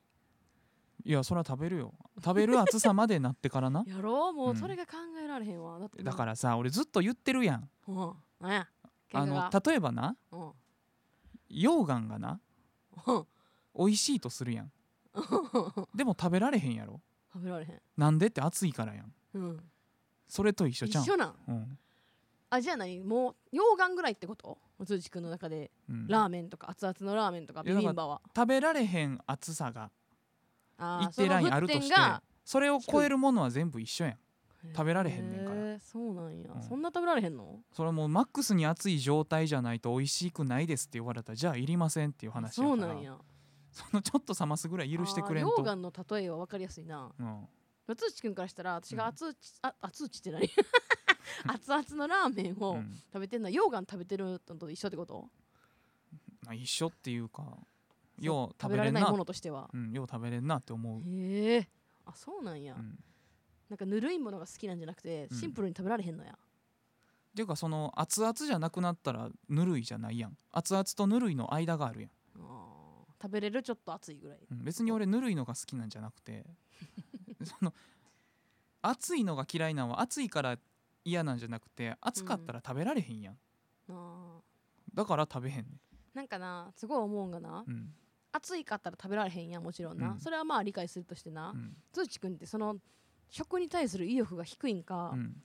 S2: いやそれは食べるよ食べる熱さまでなってからな
S1: やろうも
S2: う
S1: うんそれが考えられへんわだって
S2: だかららさ俺ずっと言ってるやん
S1: うんなんや
S2: あの例えばな
S1: うんうん
S2: 溶岩が
S1: (laughs)
S2: な
S1: 食
S2: 美味しいとする
S1: (laughs)
S2: やんでも食べられへんやろ
S1: べられへん
S2: なんでって熱いからやん
S1: うん
S2: それと一緒じ
S1: 一
S2: ゃん
S1: 緒なん
S2: うん
S1: あじゃあ何もう溶岩ぐらいってこと松内くんの中で
S2: うん、
S1: ラーメンとか熱々のラーメンとか
S2: いや
S1: ビビンバは
S2: 食べられへん熱さが
S1: あー
S2: 一定ラインあると
S1: その沸
S2: して
S1: 点が
S2: それを超えるものは全部一緒やん食べられへんねんから
S1: へーそうなんや、
S2: うん
S1: そんな食べられへんの
S2: それはもうマックスに熱い状態じゃないと美味しくないですって言われたらじゃあいりませんっていう話や
S1: そ
S2: か
S1: う
S2: ら
S1: なんや
S2: そのちょっと冷ますぐらい許してくれん
S1: あー
S2: と
S1: 溶岩の例えは分かりやすいな
S2: うん、
S1: 松内くんからしたら私が
S2: うん
S1: 熱々、あ熱々って
S2: (laughs)
S1: 何熱々のラーメン
S2: う
S1: を
S2: ん
S1: 食べてんのは溶岩食べてるのと一緒ってこと
S2: まあ、一緒っていうか
S1: そう
S2: よう
S1: 食べ
S2: 食べ
S1: ら
S2: れ
S1: れ
S2: ん
S1: ない
S2: な
S1: ものとしては
S2: うん、よう食べれんなって思う、
S1: へえあそうなんや、
S2: うん、
S1: なんかぬるいものが好きなんじゃなくて
S2: うん
S1: シンプルに食べられへんのや、
S2: っていうかその熱々じゃなくなったらぬるいじゃないやん熱々とぬるいの間があるやん、
S1: あー食べれるちょっと熱いぐらい
S2: うん別に俺ぬるいのが好きなんじゃな
S1: (laughs)
S2: くてその熱いのが嫌いなんは熱いから嫌なんじゃなくて熱かったら食べられへんやん、
S1: あー
S2: だから食べへんねん
S1: なんかなすごい思うんがな、
S2: うん
S1: 暑いかったら食べられへんやんもちろんな、
S2: うん
S1: それはまあ理解するとしてな
S2: うん
S1: 通知くんってその食に対する意欲が低いんか、
S2: うん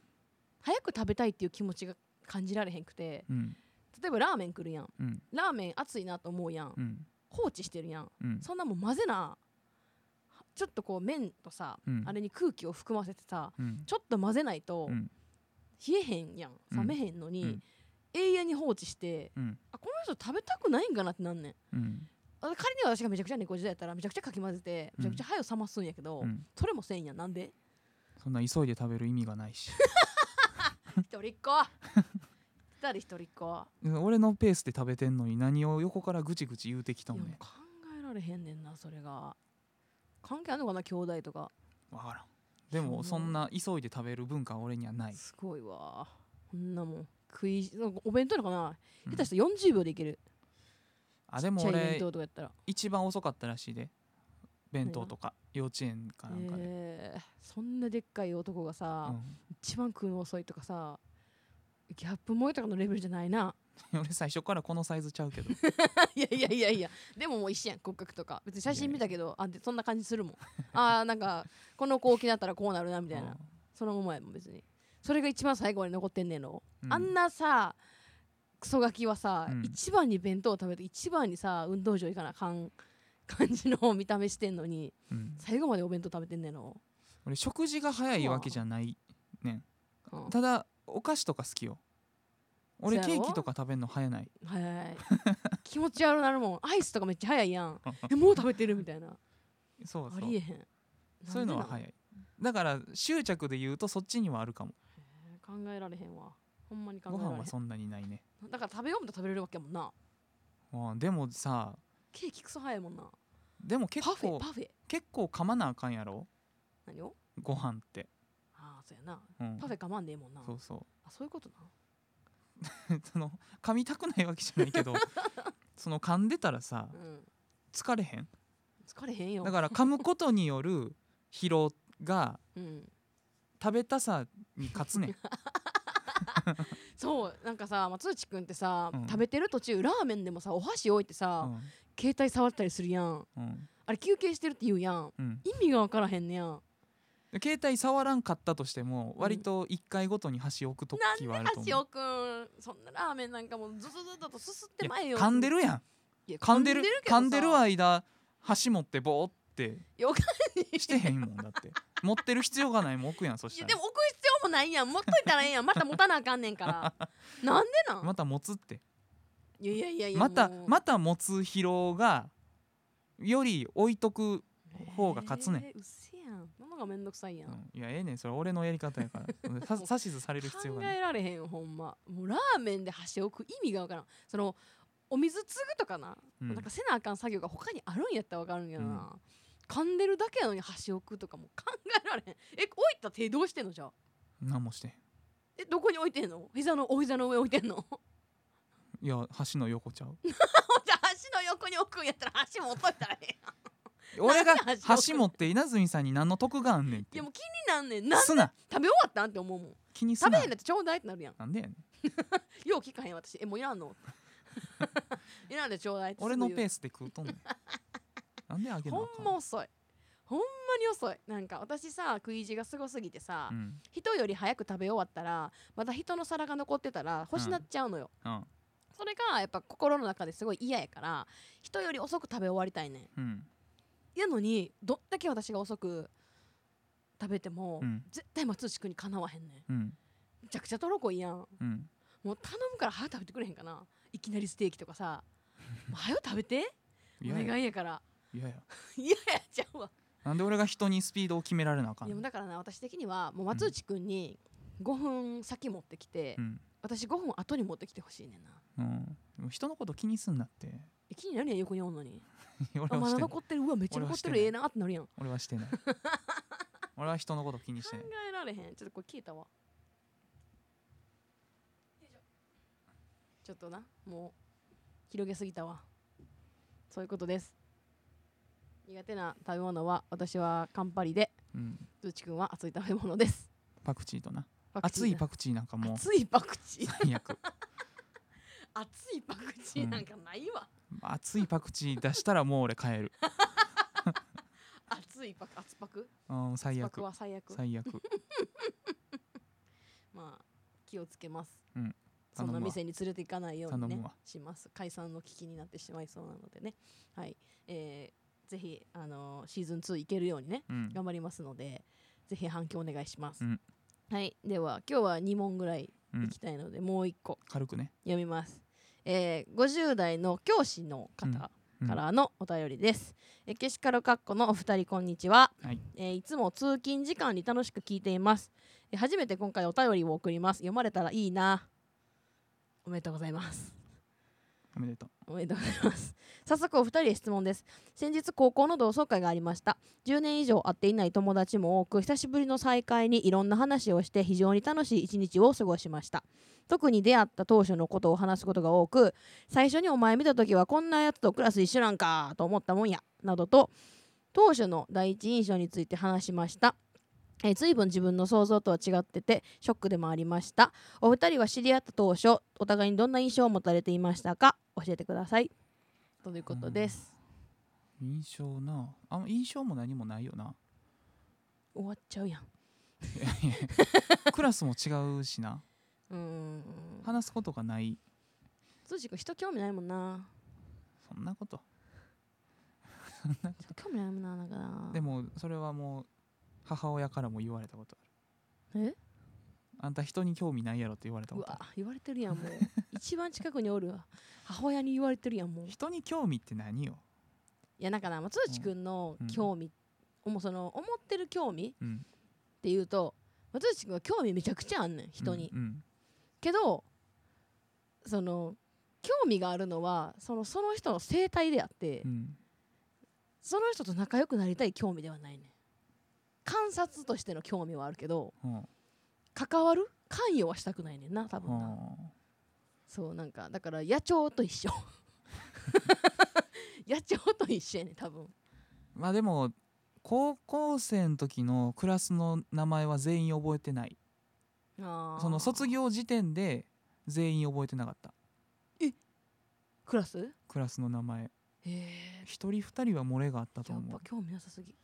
S1: 早く食べたいっていう気持ちが感じられへんくて
S2: うん
S1: 例えばラーメン来るやん
S2: うん
S1: ラーメン熱いなと思うやん、
S2: うん
S1: 放置してるやん
S2: うん
S1: そんなもん混ぜなちょっとこう麺とさ、
S2: うん
S1: あれに空気を含ませてさ
S2: うん
S1: ちょっと混ぜないと
S2: うん
S1: 冷えへんやん
S2: うん
S1: 冷めへんのに、
S2: うん
S1: 永遠に放置して
S2: うん
S1: あこの人食べたくないんかなってなんねん
S2: うん
S1: あ仮に私がめちゃくちゃ猫時代やったらめちゃくちゃかき混ぜてめちゃくちゃ早う冷ますんやけど、
S2: うん
S1: それもせんやんなん
S2: (laughs)
S1: で
S2: そんな急いで食べる意味がないし
S1: 一人っ子誰一人っ子
S2: 俺のペースで食べてんのに何を横からぐちぐち言うてきた
S1: い
S2: も
S1: や
S2: ん
S1: もう
S2: ね
S1: 考えられへんねんなそれが関係あるのかな兄弟とか
S2: わからんでもそんな急いで食べる文化は俺にはない
S1: すごいわこんなもん食いお弁当なのかな、
S2: うん
S1: 下手したら40秒でいける
S2: あでも
S1: ちっちゃい弁
S2: 俺
S1: 当とかやったら
S2: 一番遅かったらしいで弁当とか幼稚園かなんかで、
S1: えーそんなでっかい男がさ、一番食うの遅いとかさギャップ萌えとかのレベルじゃないな
S2: うん俺最初からこのサイズちゃうけど
S1: (laughs) いやいやいやいやでももう一緒やん骨格とか別に写真見たけどあでそんな感じするもんあーなんかこの子大きなったらこうなるなみたいな、そのままやもん別にそれが一番最後まで残ってんねんの
S2: うん
S1: あんなさクソガキはさ、
S2: うん
S1: 一番に弁当を食べて一番にさ運動場行かなあかん感じの見た目してんのに
S2: うん
S1: 最後までお弁当食べてんねんの、
S2: 俺食事が早いわけじゃないねん
S1: うん
S2: ただお菓子とか好きよ俺
S1: そ
S2: ケ
S1: やろ
S2: ーキとか食べんの早ない
S1: はいはい
S2: (laughs)
S1: 気持ち悪なるもんアイスとかめっちゃ早いやんえもう食べてるみたいな
S2: そう
S1: あ
S2: そう
S1: りえへん
S2: そういうのは早いだから執着で言うとそっちにはあるかも
S1: なんでなん考えられへんわほんまに考
S2: ご
S1: えら
S2: 飯
S1: れへ
S2: はそんなにないね
S1: んだから食べようもと食べれるわけやもんな
S2: うんでもさ
S1: ケーキクソ早いもんな
S2: でも結
S1: パフェ
S2: 構
S1: パフェ
S2: 結構噛まなあかんやろ
S1: 何を
S2: ご飯って、
S1: ああそうやな
S2: うん、
S1: パフェ我慢でええもんな
S2: そう (laughs) そ
S1: あそういうことな
S2: うその噛みたくないわけじゃない
S1: (laughs)
S2: けどその噛んでたらさ
S1: うん
S2: 疲れへん
S1: 疲れへんよ
S2: だから噛むことによる疲労が
S1: うん、
S2: 食べたさに勝
S1: (laughs)
S2: つねん
S1: そうなんかさ松内くんってさ、
S2: うん
S1: 食べてる途中ラーメンでもさお箸置いて
S2: う
S1: さ、
S2: ん
S1: 携帯触ったりするやん
S2: うん
S1: あれ休憩してるって言うやん
S2: うん
S1: 意味が分からへんねやん
S2: 携帯触らんかったとしても割と1回ごとに箸置く時はあると思う
S1: 橋尾くんそんなラーメンなんかもうズズズズとすすってまえ
S2: いや
S1: よ
S2: 噛んでるやん
S1: いや
S2: 噛んでる
S1: けどさ
S2: 噛んでる間箸持ってボーって
S1: よか
S2: してへんもんだって持ってる必要がないもん置くやんそ
S1: い
S2: し
S1: や
S2: た
S1: で
S2: ら
S1: も置く必要もないやん持っといたらええやんまた持たなあかんねん
S2: (laughs)
S1: からなんでなん、
S2: また持つって
S1: いやいやいやいや
S2: また
S1: もう
S2: また持つ疲労がより置いとく、方が勝つねん
S1: えーうっせやんものがめんどくさいや、
S2: うんんいやええねんそれ俺のやり方やから
S1: (laughs)
S2: さ指図される必要
S1: 考
S2: がない
S1: えられへんよほんまもうラーメンで箸置く意味がわからんそのお水継ぐとかな、
S2: うん
S1: なんかせなあかん作業が他にあるんやったらわかるんやな、噛んでるだけやのに箸置くとかも考えられへんえ置いた手どうしてんのじゃあ
S2: 何もしてへ
S1: えどこに置いてんの膝のお膝の上置いてんの (laughs) ほん
S2: んいや箸の横
S1: (laughs)
S2: ちゃう
S1: じゃ箸の横に置くんやったら箸も置っといたらええやん
S2: 俺が
S1: 箸置く
S2: 箸持って稲積さんに何の得があんねんっ
S1: い
S2: て
S1: やもう気になんねんなん食
S2: すな
S1: べ終わったんって思うもん
S2: 気にす
S1: 食べ
S2: な
S1: へんだってちょうだいってなるやん
S2: なんでやねん
S1: よう聞かへん私えもういらんの (laughs) いらんでちょうだいってすぐ
S2: 俺
S1: 言う
S2: のペースで食う
S1: (laughs)
S2: とんねんなんであげなあ
S1: ほ
S2: か
S1: ん
S2: ん
S1: ま遅いほんまに遅いなんか私さ食い意地がすごすぎてさ、
S2: うん
S1: 人より早く食べ終わったらまた人の皿が残ってたら欲しなっちゃうのよ、
S2: うん
S1: それがやっぱ心の中ですごい嫌やから人より遅く食べ終わりたいねん
S2: うん
S1: やのにどんだけ私が遅く食べても、
S2: うん
S1: 絶対松内くんにかなわへんねん
S2: うん
S1: めちゃくちゃとろこいいやん
S2: うん
S1: もう頼むから早く食べてくれへんかないきなりステーキとか
S2: (laughs)
S1: さもう早く食べてお
S2: 嫌や
S1: 願いやから
S2: いやいや
S1: (laughs) いやいやちゃうわ
S2: なんで俺が人にスピードを決められなあかん
S1: で
S2: の
S1: もだからな私的にはもう松内くんに5分先持ってきて、
S2: うん
S1: 私5分後に持ってきてほしいねんな
S2: うんでも人のこと気にすんなって (laughs)
S1: え気になるやん横におんのにあ
S2: 俺
S1: ま
S2: は
S1: だ
S2: してない
S1: 残ってるうわめっちゃ残ってる
S2: 俺はしてない
S1: ええなってなるやん考
S2: 俺はし
S1: (laughs)
S2: てない俺は人のこと気にしてない
S1: えられへんちょっとこれ消えたわちょっとなもう広げすぎたわそういうことです苦手な食べ物は私はカンパリで
S2: うん
S1: ずちくんは熱い食べ物です
S2: パクチーとな
S1: パクチー
S2: 熱いパクチーなんかもう
S1: 熱いパクチー
S2: 最悪
S1: 熱いパクチーなんかないわ、
S2: 熱いパクチー出したらもう俺帰る
S1: 熱いパク熱パク
S2: うん最
S1: 熱パ
S2: 悪
S1: クは最悪
S2: 最悪
S1: まあ気をつけます、
S2: うん
S1: そんな
S2: 頼むわ
S1: 店に連れて行かないように
S2: 頼
S1: ね
S2: むわ
S1: します解散の危機になってしまいそうなのでねはい、えー、ぜひ、あのーシーズン2いけるようにね
S2: うん
S1: 頑張りますのでぜひ反響お願いします、
S2: うん
S1: はいでは今日は2問ぐらい
S2: うん
S1: いきたいので、もう1個
S2: 軽くね
S1: 読みます、えー、50代の教師の方、
S2: うんうん
S1: からのお便りです。えケシカルカッコのお二人こんにちは、
S2: はい
S1: えーいつも通勤時間に楽しく聞いています。えー初めて今回お便りを送ります。読まれたらいいな。おめでとうございます。
S2: おめでと
S1: お
S2: う
S1: めでとうございます。早速お二人へ質問です。先日高校の同窓会がありました。10年以上会っていない友達も多く、久しぶりの再会にいろんな話をして非常に楽しい一日を過ごしました。特に出会った当初のことを話すことが多く、最初にお前見た時はこんなやつとクラス一緒なんかと思ったもんや、などと、当初の第一印象について話しました。えー、随分自分の想像とは違っててショックでもありましたお二人は知り合った当初お互いにどんな印象を持たれていましたか教えてくださいということです、
S2: 印象なあ印象も何もないよな (laughs)
S1: 終わっちゃうやん
S2: いやいやクラスも違うしな
S1: うーん
S2: 話すことがない
S1: 辻君人興味ないもんな
S2: そんなこと
S1: 人興味ないもんななんかな
S2: でもそれはもう母親からも言われたことある
S1: え
S2: あんた人に興味ないやろって言われた
S1: う
S2: ことあ
S1: わ
S2: る
S1: 言われてるや
S2: (laughs)
S1: んもう一番近くにおるわ母親に言われてるやんもうい
S2: 人に興味って何よ
S1: やなんかな松内君の
S2: うん
S1: 興味、もうその思ってる興味
S2: うん
S1: っていうと松内君は興味めちゃくちゃあんねん人に、
S2: うんうん
S1: けどその興味があるのはそのその人の生態であって、
S2: うん
S1: その人と仲良くなりたい興味ではないねん観察としての興味はあるけど
S2: うん
S1: 関わる関与はしたくないねんな多分な、
S2: はあ
S1: そうなんかだから野鳥と一緒 (laughs) 野鳥と一緒やねん多分
S2: まあでも高校生の時のクラスの名前は全員覚えてない
S1: あー
S2: その卒業時点で全員覚えてなかった
S1: クラスへ
S2: クラスの名前
S1: え
S2: 一人二人は漏れがあったと
S1: やっ
S2: 思
S1: ぱ
S2: う
S1: 興味なさすぎ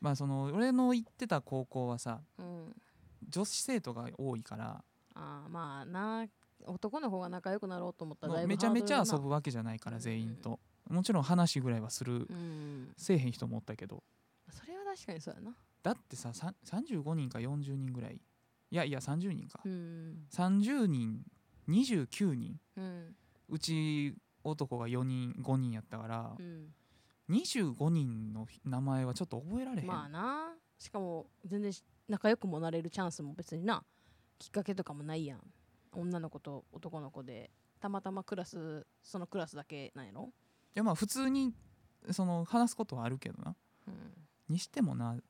S2: まあその俺の行ってた高校はさ
S1: うん
S2: 女子生徒が多いから
S1: あーまあな男の方が仲良くなろうと思ったらだいぶ
S2: めちゃめちゃ
S1: ハード
S2: 遊
S1: ル
S2: ぶわけじゃないから
S1: うん
S2: 全員ともちろん話ぐらいはする
S1: なうん
S2: せえへん人もおったけど
S1: それは確かにそうやな
S2: だってささん35人か40人ぐらいいやいや30人か
S1: うん
S2: 30人29人
S1: うん
S2: うち男が4人5人やったから
S1: うん
S2: 25人の名前はちょっと覚えられへん、
S1: まあなしかも全然し仲良くもなれるチャンスも別になきっかけとかもないやん女の子と男の子でたまたまクラスそのクラスだけなんやろ、
S2: いやまあ普通にその話すことはあるけどな
S1: うん、
S2: にしてもな
S1: 名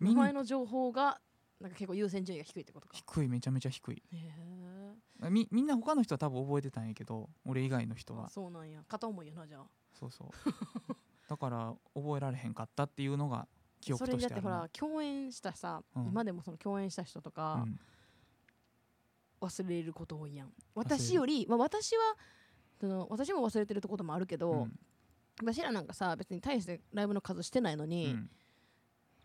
S2: みん
S1: 前の情報がなんか結構優先順位が低いってことか
S2: 低いめちゃめちゃ低い
S1: へえ
S2: みみんな他の人は多分覚えてたんやけど俺以外の人
S1: あ
S2: は
S1: そうなんや片思いやなじゃあ
S2: そうそう (laughs) だから覚えられへんかったっていうのが記憶
S1: それ
S2: と
S1: にだ
S2: し
S1: って
S2: あ
S1: て
S2: る
S1: ほ
S2: な
S1: ら共演したさ、
S2: うん
S1: 今でもその共演した人と
S2: う
S1: か
S2: ん
S1: 忘れること多いやん
S2: 忘れる
S1: 私より、まあ、私はその私も忘れてることもあるけど、
S2: うん
S1: 私らなんかさ別に大してライブの数してないの
S2: う
S1: に、
S2: ん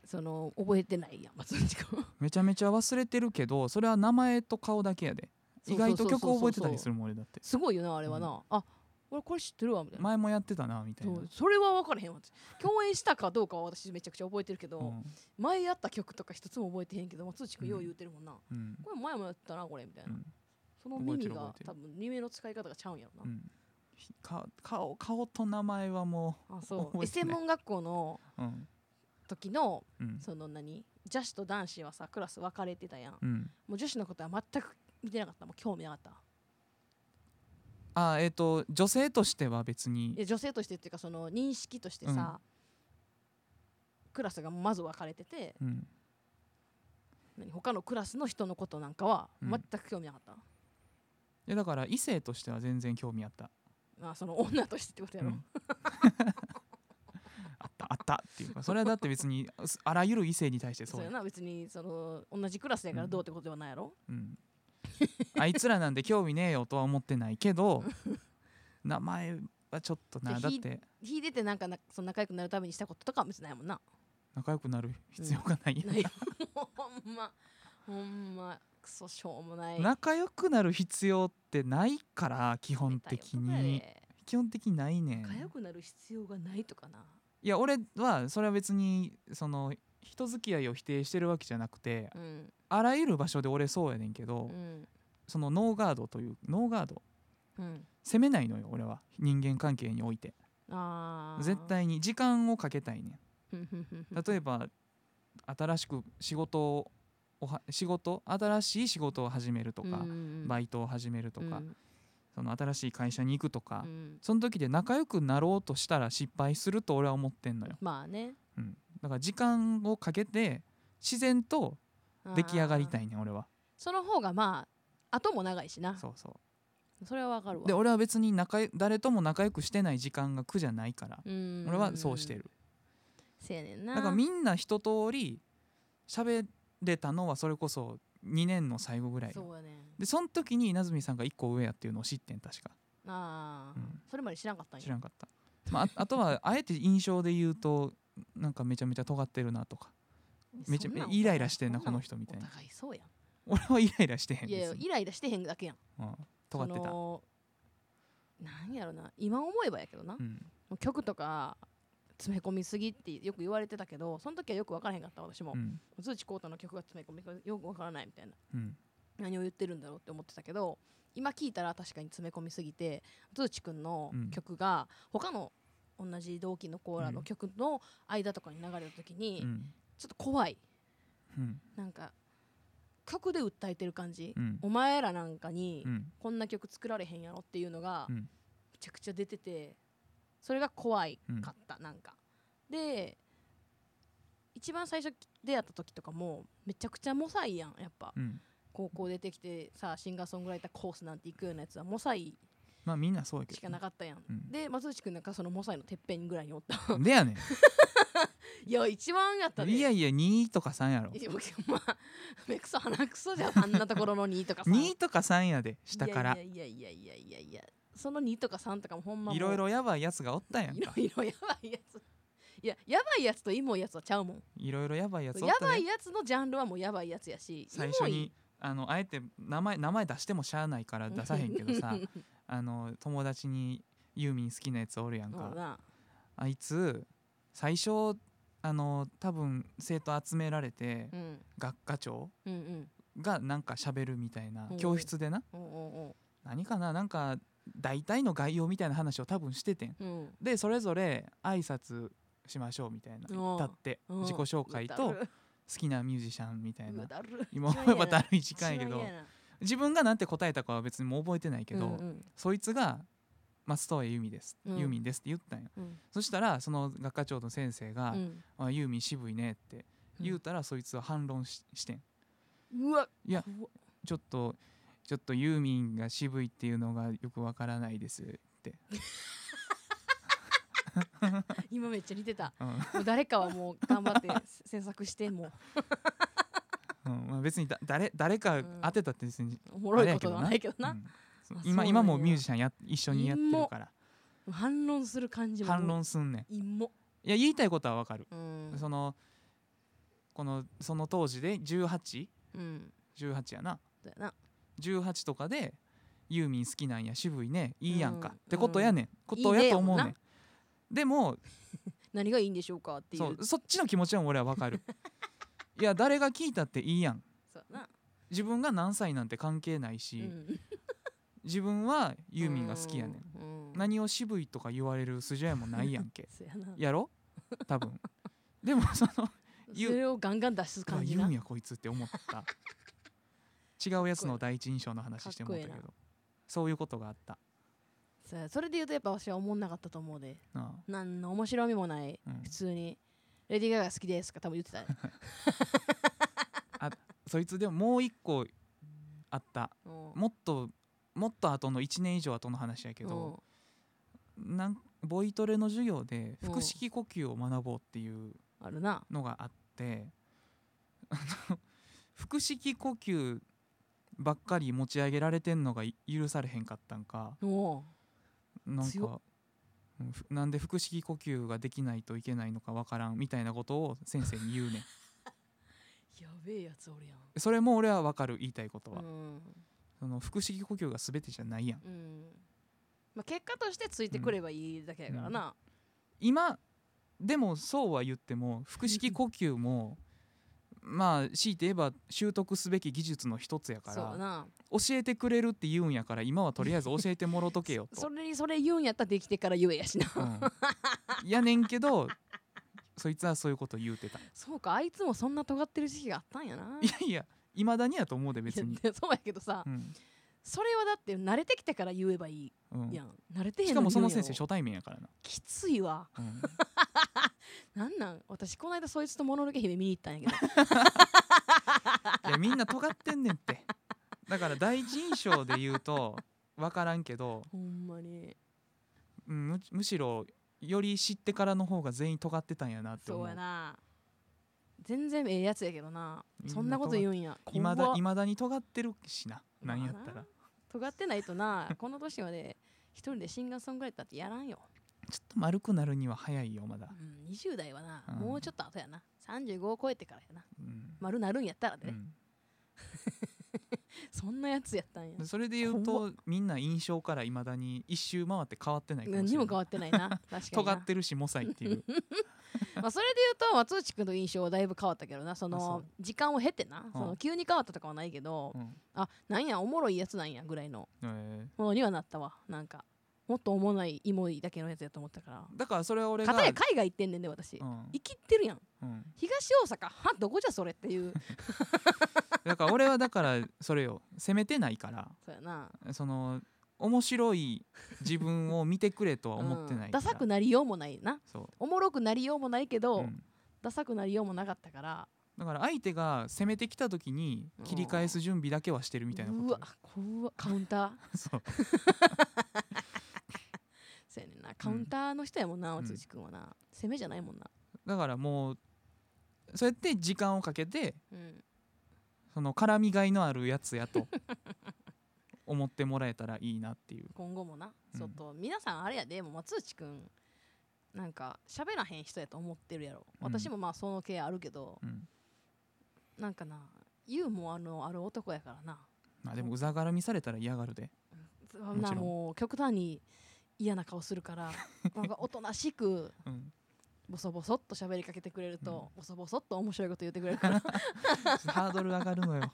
S1: その覚えてないやん (laughs) 松内君
S2: めちゃめちゃ忘れてるけどそれは名前と顔だけやで意外と曲覚えてたりす
S1: る
S2: るもん俺だって
S1: すごいよなあれはな、あ俺これ知ってるわみたいな
S2: 前もやってたなみたい
S1: そ
S2: な
S1: うそれは分からへんわ私共演したかどうかは私めちゃくちゃ覚えてるけど、
S2: うん
S1: 前やった曲とか一つも覚えてへんけど松内くんよう言うてるもんな、
S2: うん
S1: これ前もやったなこれみたいな、
S2: うん
S1: その
S2: 覚えて
S1: 耳
S2: る
S1: が
S2: 覚えてる
S1: 多分耳の使い方がちゃうんやろ
S2: う
S1: な、
S2: んひか顔顔と名前はも
S1: あそう
S2: 覚
S1: え
S2: えて
S1: 専
S2: ない
S1: 門学校の
S2: ううん
S1: 時の
S2: うん
S1: その何女子と男子はさクラス分かれてたやん、
S2: うん
S1: もう女子のことは全く見てなかったもう興味なかった
S2: あえっ、と女性としては別
S1: いや
S2: に
S1: 女性としてっていうかその認識としてさ、クラスがまず分かれてて
S2: うん
S1: 何他のクラスの人のことなんかは
S2: うん
S1: 全く興味なかった、
S2: いやだから異性としては全然興味あった
S1: まあその女としてってことやろ、
S2: うん
S1: (laughs)
S2: あったあったっていうかそれはだって別にすあらゆる異性に対してそ
S1: そう
S2: うや
S1: やな別にその同じクラスやからどうってことではないやろ、
S2: うん、あいつらなんで興味ねえよとは思ってない
S1: (laughs)
S2: けど名前はちょっとな
S1: じゃあ
S2: だっ
S1: ひ
S2: て
S1: 引いててなんかなその仲良くなるためにしたこととかは別にないもんな
S2: 仲良くなる必要が (laughs) ないやん、
S1: ないもう (laughs) ほんまほんまクソしょうもない
S2: 仲良くなる必要ってないから基
S1: 基
S2: 本的に基本的にないねん
S1: 仲良くなる必要がないとかない
S2: や俺はそれは別にその人付き合いを否定してるわけじゃなくて
S1: うん
S2: あらゆる場所で俺そうやねんけど、
S1: うん
S2: そのノーガードというノーガード
S1: うん
S2: 責めないのよ俺は人間関係において
S1: あー
S2: 絶対に時間をかけたいねん
S1: ふんふんふんふん
S2: 例えば新しく仕事をおは仕事新しい仕事を始めるとか、バ
S1: イ
S2: イトを始めるとか、
S1: うん
S2: その新しい会社に行くとか、
S1: うん
S2: その時で仲良くなろうとしたら失敗すると俺は思ってんのよ、
S1: まあね
S2: うん、だから時間をかけて自然と出来上がりた
S1: い
S2: いねん俺は
S1: その方がまあ後も長いしな
S2: そうそ
S1: それはわかるわ
S2: うで俺は別に仲良誰とも仲良くしてない時間が苦じゃないから
S1: うん
S2: 俺はそうしてる
S1: せやねんな
S2: だからみんな一通り喋れたのはそれこそ2年の最後ぐらいよ
S1: そうやね
S2: でその時に稲積さんが1個上やっていうのを知ってん確か
S1: ああ、
S2: うん
S1: それまで知らんかったんや
S2: 知らんかった、まあ、ああ
S1: (laughs)
S2: とはあえて印象で言うとなんかめちゃめちゃ尖ってるなと
S1: (laughs)
S2: かめちゃ
S1: そんなん
S2: イライラしてんな
S1: そん
S2: この人みたいな
S1: お互いそうやん
S2: 俺はイライラしてへん
S1: いやいや
S2: 別に
S1: イライラしてへんだけやん
S2: うん、尖ってた、
S1: そのなんやろな今思えばやけどな、も
S2: うん
S1: う曲とか詰め込みすぎってよく言われてたけどその時はよく分からへんかった私も
S2: うん
S1: 鈴木浩太の曲が詰め込みがよく分からないみたいな
S2: うん
S1: 何を言ってるんだろうって思ってたけど今聞いたら確かに詰め込みすぎて鈴木くんの
S2: うん
S1: 曲が他の同じ同期のコーラ
S2: う
S1: の
S2: ん
S1: 曲の間とかに流れた時に、
S2: うん
S1: ちょっと怖い
S2: うん
S1: なんか曲で訴えてる感じ、
S2: うん
S1: お前らなんかに
S2: うん
S1: こんな曲作られへんやろっていうのが
S2: うん
S1: めちゃくちゃ出ててそれが怖いかった、なんかで一番最初出会った時とかもめちゃくちゃモサイやんやっぱ
S2: うん
S1: 高校出てきてさシンガーソングライターコースなんて行くようなやつはモサイ
S2: まあみんなそうやけど
S1: しかなかったやん、
S2: うん
S1: で松内くんなんかそのモサイのてっぺんぐらいにおった
S2: でやね
S1: (laughs) いや一番やった
S2: (laughs) ん
S1: で
S2: いやいや2とか3やろ
S1: いや僕まあ目くそ鼻くそじゃんあんなところの2とかさ
S2: 2とか3やで下から
S1: いやいやいやいやいやいやその2とか3とかもほんまもう
S2: いろいろやばいやつがおったやん
S1: いろ
S2: か
S1: いろやばいやついややばいやつとイモいやつはちゃうもん
S2: いろいろやばいやつおっ
S1: や
S2: た
S1: ば
S2: ね
S1: いやつのジャンルはもうやばいやつやし
S2: 最初
S1: イモい
S2: にあのあえて名前名前出してもしゃあないから出さへんけどさ (laughs)
S1: (laughs)
S2: あの友達にユーミン好きなやつおるやん
S1: そう
S2: か
S1: だな
S2: あいつ最初あの多分生徒集められて、
S1: うん
S2: 学科長
S1: うんうん
S2: がなんか喋るみたいな
S1: うん
S2: 教室でな
S1: おうお
S2: 何かななんか大体の概要みたいな話を多分しててん
S1: うおううん
S2: でそれぞれ挨拶しましょうみたいな
S1: うん
S2: 立って
S1: うん
S2: 自己紹介と好きなミュージシャンみたいうな
S1: わだる
S2: 今思えばだるい時
S1: 一
S2: 間
S1: 番
S2: や
S1: 嫌
S2: け
S1: や
S2: ど
S1: な
S2: 自分がなんて答えたかは別にもう覚えてないけど、
S1: うんうん
S2: そいつが「松任谷由実です」
S1: うん
S2: ユーミンです」って言ったんよ
S1: うん
S2: そしたらその学科長の先生が
S1: うん
S2: 「あユーミン渋いね」って言うたらそいつは反論ししてん
S1: うわ
S2: いや
S1: 怖っ
S2: ちょっとちょっとユーミンが渋いっていうのがよくわからないですって、
S1: 今めっちゃ似てた (laughs)
S2: うん
S1: もう誰かはもう頑張って詮索して
S2: (laughs)
S1: も
S2: うんまあ、別にだ誰誰か
S1: うん
S2: 当てたって別に、
S1: うおもろいことはないけど
S2: う
S1: なん
S2: そう
S1: あそうな
S2: 今
S1: んや
S2: 今もミュージシャンや一緒にやってるから
S1: 反論する感じも
S2: 反論すんねん
S1: イモ
S2: いや言いたいことはわかる、
S1: うん
S2: そのこのその当時で1818
S1: うん
S2: やな
S1: だよな
S2: 18とかでユーミン好きなんや渋いねいいやんか、
S1: うん
S2: ってことやねんこと
S1: いいね
S2: や
S1: や
S2: と
S1: も
S2: 思
S1: ん
S2: う
S1: な
S2: ねんでも
S1: 何がいいんでしょうかっていう
S2: そ
S1: そう
S2: うそっちの気持ちは俺はわ
S1: (laughs)
S2: かるいや誰が聞いたっていいやん
S1: やな、
S2: 自分が何歳なんて関係ないうし、
S1: ん、
S2: 自分はユーミンが好きやねん、
S1: うん、うん、
S2: 何を渋いとか言われる筋合いもないや
S1: (laughs)
S2: んけ
S1: そうやな
S2: やろ多分でもその言
S1: そうれをガンガン出す
S2: うわ
S1: 感じ
S2: 言う
S1: なん
S2: やこいつって思った違うやつの第一印象の話してもらった
S1: か
S2: け
S1: っこ
S2: どそういうことがあった
S1: そうやそれで言うとやっぱ私は思んなかったと思うで
S2: な
S1: なんの面白みもない
S2: あ、うん
S1: 普、通に「レディー・ガガ好きです」か多分言って
S2: (laughs)
S1: たね
S2: そいつでももう一個あった
S1: うん
S2: もっともっと後の1年以上後の話やけ
S1: うん
S2: ど、なんボイトレの授業で腹式呼吸を学ぼうっていう
S1: あるな
S2: のがあって (laughs) あの腹式呼吸ばっかり持ち上げられてんのがい許されへんかったんか
S1: おう
S2: なん
S1: 強
S2: かうんふなんで腹式呼吸ができないといけないのかわからんみたいなことを先生に言うねん
S1: やべえやつおるやん
S2: (laughs) それも俺はわかる言いたいことは、
S1: うん、
S2: その腹式呼吸が全てじゃないやん
S1: うんまあ、結果としてついてくればいいだけやからな、
S2: 今でもそうは言っても腹式呼吸もまあ強いて言えば習得すべき技術の一つやか
S1: そうや
S2: ら
S1: な
S2: 教えてくれるって言うんやから今はとりあえず教えてもろとけよと
S1: (laughs) それにそれ言うんやったらできてから言えやしな
S2: (laughs) うん、やねんけどそいつはそういうこと言うてた
S1: そうかあいつもそんな尖ってる時期があったんやない
S2: やいやいまだにやと思うで別に
S1: い、やそうやけどさ、
S2: うん
S1: それはだって慣れてきてから言えばい
S2: うん
S1: いやん、慣れてへん
S2: しかもその
S1: に言
S2: 先
S1: うん
S2: 生
S1: やろ
S2: 初対面やからな、
S1: きついわ
S2: うん
S1: なんなん私この間そいつともののけ姫見に行ったんやけ
S2: (laughs)
S1: ど
S2: いやみんな尖ってんねんってだから第一印象で言うと分からんけど、
S1: ほんまに
S2: うん、むむしろより知ってからの方が全員尖ってたんやなって思
S1: そううやな全然ええやつやけどな
S2: みんな
S1: そんなこと言うんや
S2: いま
S1: こん
S2: だ
S1: ば
S2: いまだに尖ってるしななんやった
S1: まあ
S2: ら
S1: な尖ってないとなこの年はね一人でシンガーソングライターってやらんよ、
S2: ちょっと丸くなるには早いよまだ
S1: う、ん、20代はな、
S2: うん
S1: もうちょっと後やな35を超えてからやな
S2: うん
S1: 丸なるんやったら
S2: う
S1: ね、
S2: ん
S1: そんなやつやったんや
S2: でそれで言うとみんな印象からいまだに一周回って変わってないかもしれない
S1: 何にも変わってない
S2: (laughs)
S1: な確かにな
S2: 尖ってるしモサイっ
S1: (laughs)
S2: ていう
S1: まあ、それで言うと松内くんの印象はだいぶ変わったけどなそ
S2: あそ
S1: の
S2: う
S1: 時間を経てな、その急に変わったとかはないけど、
S2: うん
S1: あなんやおもろいやつなんやぐらいの
S2: え
S1: ものにはなったわなんかもっとおもないイモいだけのやつやと思ったから
S2: ーだからそれは俺が
S1: 片や海外行ってんねんで私、
S2: うん
S1: 生きってるやん
S2: うん、
S1: 東大阪はどこじゃそれって
S2: (laughs)
S1: いう
S2: だから俺はだからそれよ責めてないから
S1: そうやな
S2: その面白い自分を見てくれとは思ってない
S1: うん
S2: か
S1: ダ
S2: ら、
S1: サくなりようもないな
S2: そ
S1: おもろくなりようもないけ
S2: う、
S1: ど、
S2: うん
S1: ダサくなりようもなかったから
S2: だから相手が攻めてきた時に切り返す準備だけはしてるみたいなこ
S1: う
S2: と
S1: わ怖っカウンター
S2: (laughs) そう
S1: そうやねんなカウンターの人やもんな、
S2: うん
S1: 松内くんはな攻めじゃないもんな
S2: だからもうそうやって時間をかけて
S1: うん
S2: その絡みがいのあるやつ
S1: (laughs)
S2: やと思ってもらえたらいいなっていう
S1: 今後もな、
S2: うん
S1: ちょっと皆さんあれやでもう松内くんなんか喋らへん人やと思ってるやろ、
S2: うん
S1: 私もまあその系あるけど
S2: うん
S1: なんかなユーモアのある男やからな
S2: まあでもうざがらみされたら嫌がるで
S1: そんな
S2: もちろん
S1: もう極端に嫌な顔するから
S2: (laughs)
S1: なんかおとなしく
S2: うん
S1: ボソボソっと喋りかけてくれると、ボソボソっと面白いこと言ってくれるから
S2: (laughs) ハードル上がる
S1: (laughs)
S2: のよ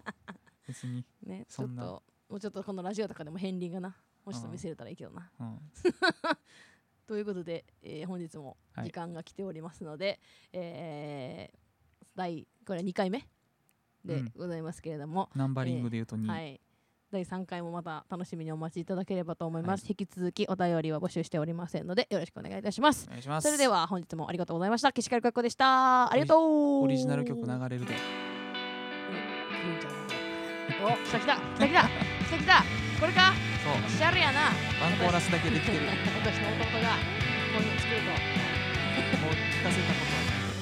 S2: 別に、
S1: ねち
S2: そ
S1: ょっ
S2: んな
S1: ともうちょっとこのラジオとかでも片鱗がなもうちょっと見せれたらいいけどな。
S2: うん、
S1: ということで、えー本日も時間が来ておりますので、えー第これ2回目
S2: う
S1: で
S2: ん
S1: ございますけれども、
S2: ナンバリングで言うと2、
S1: はい、第3回もまた楽しみにお待ちいただければと思います、
S2: は
S1: 引き続きお便りは募集しておりませんのでよろしくお願いいたします
S2: お願いします
S1: それでは本日もありがとうございました岸川学子でしたありがとう
S2: オリジナル曲流れ
S1: う
S2: るで
S1: んちゃんお来た来た来た来た来た来たこれか
S2: そう
S1: シャルやな
S2: ワンコーラス
S1: (laughs)
S2: だけできてるもう
S1: 私の弟がこういうの作ると
S2: 聞かせたことはない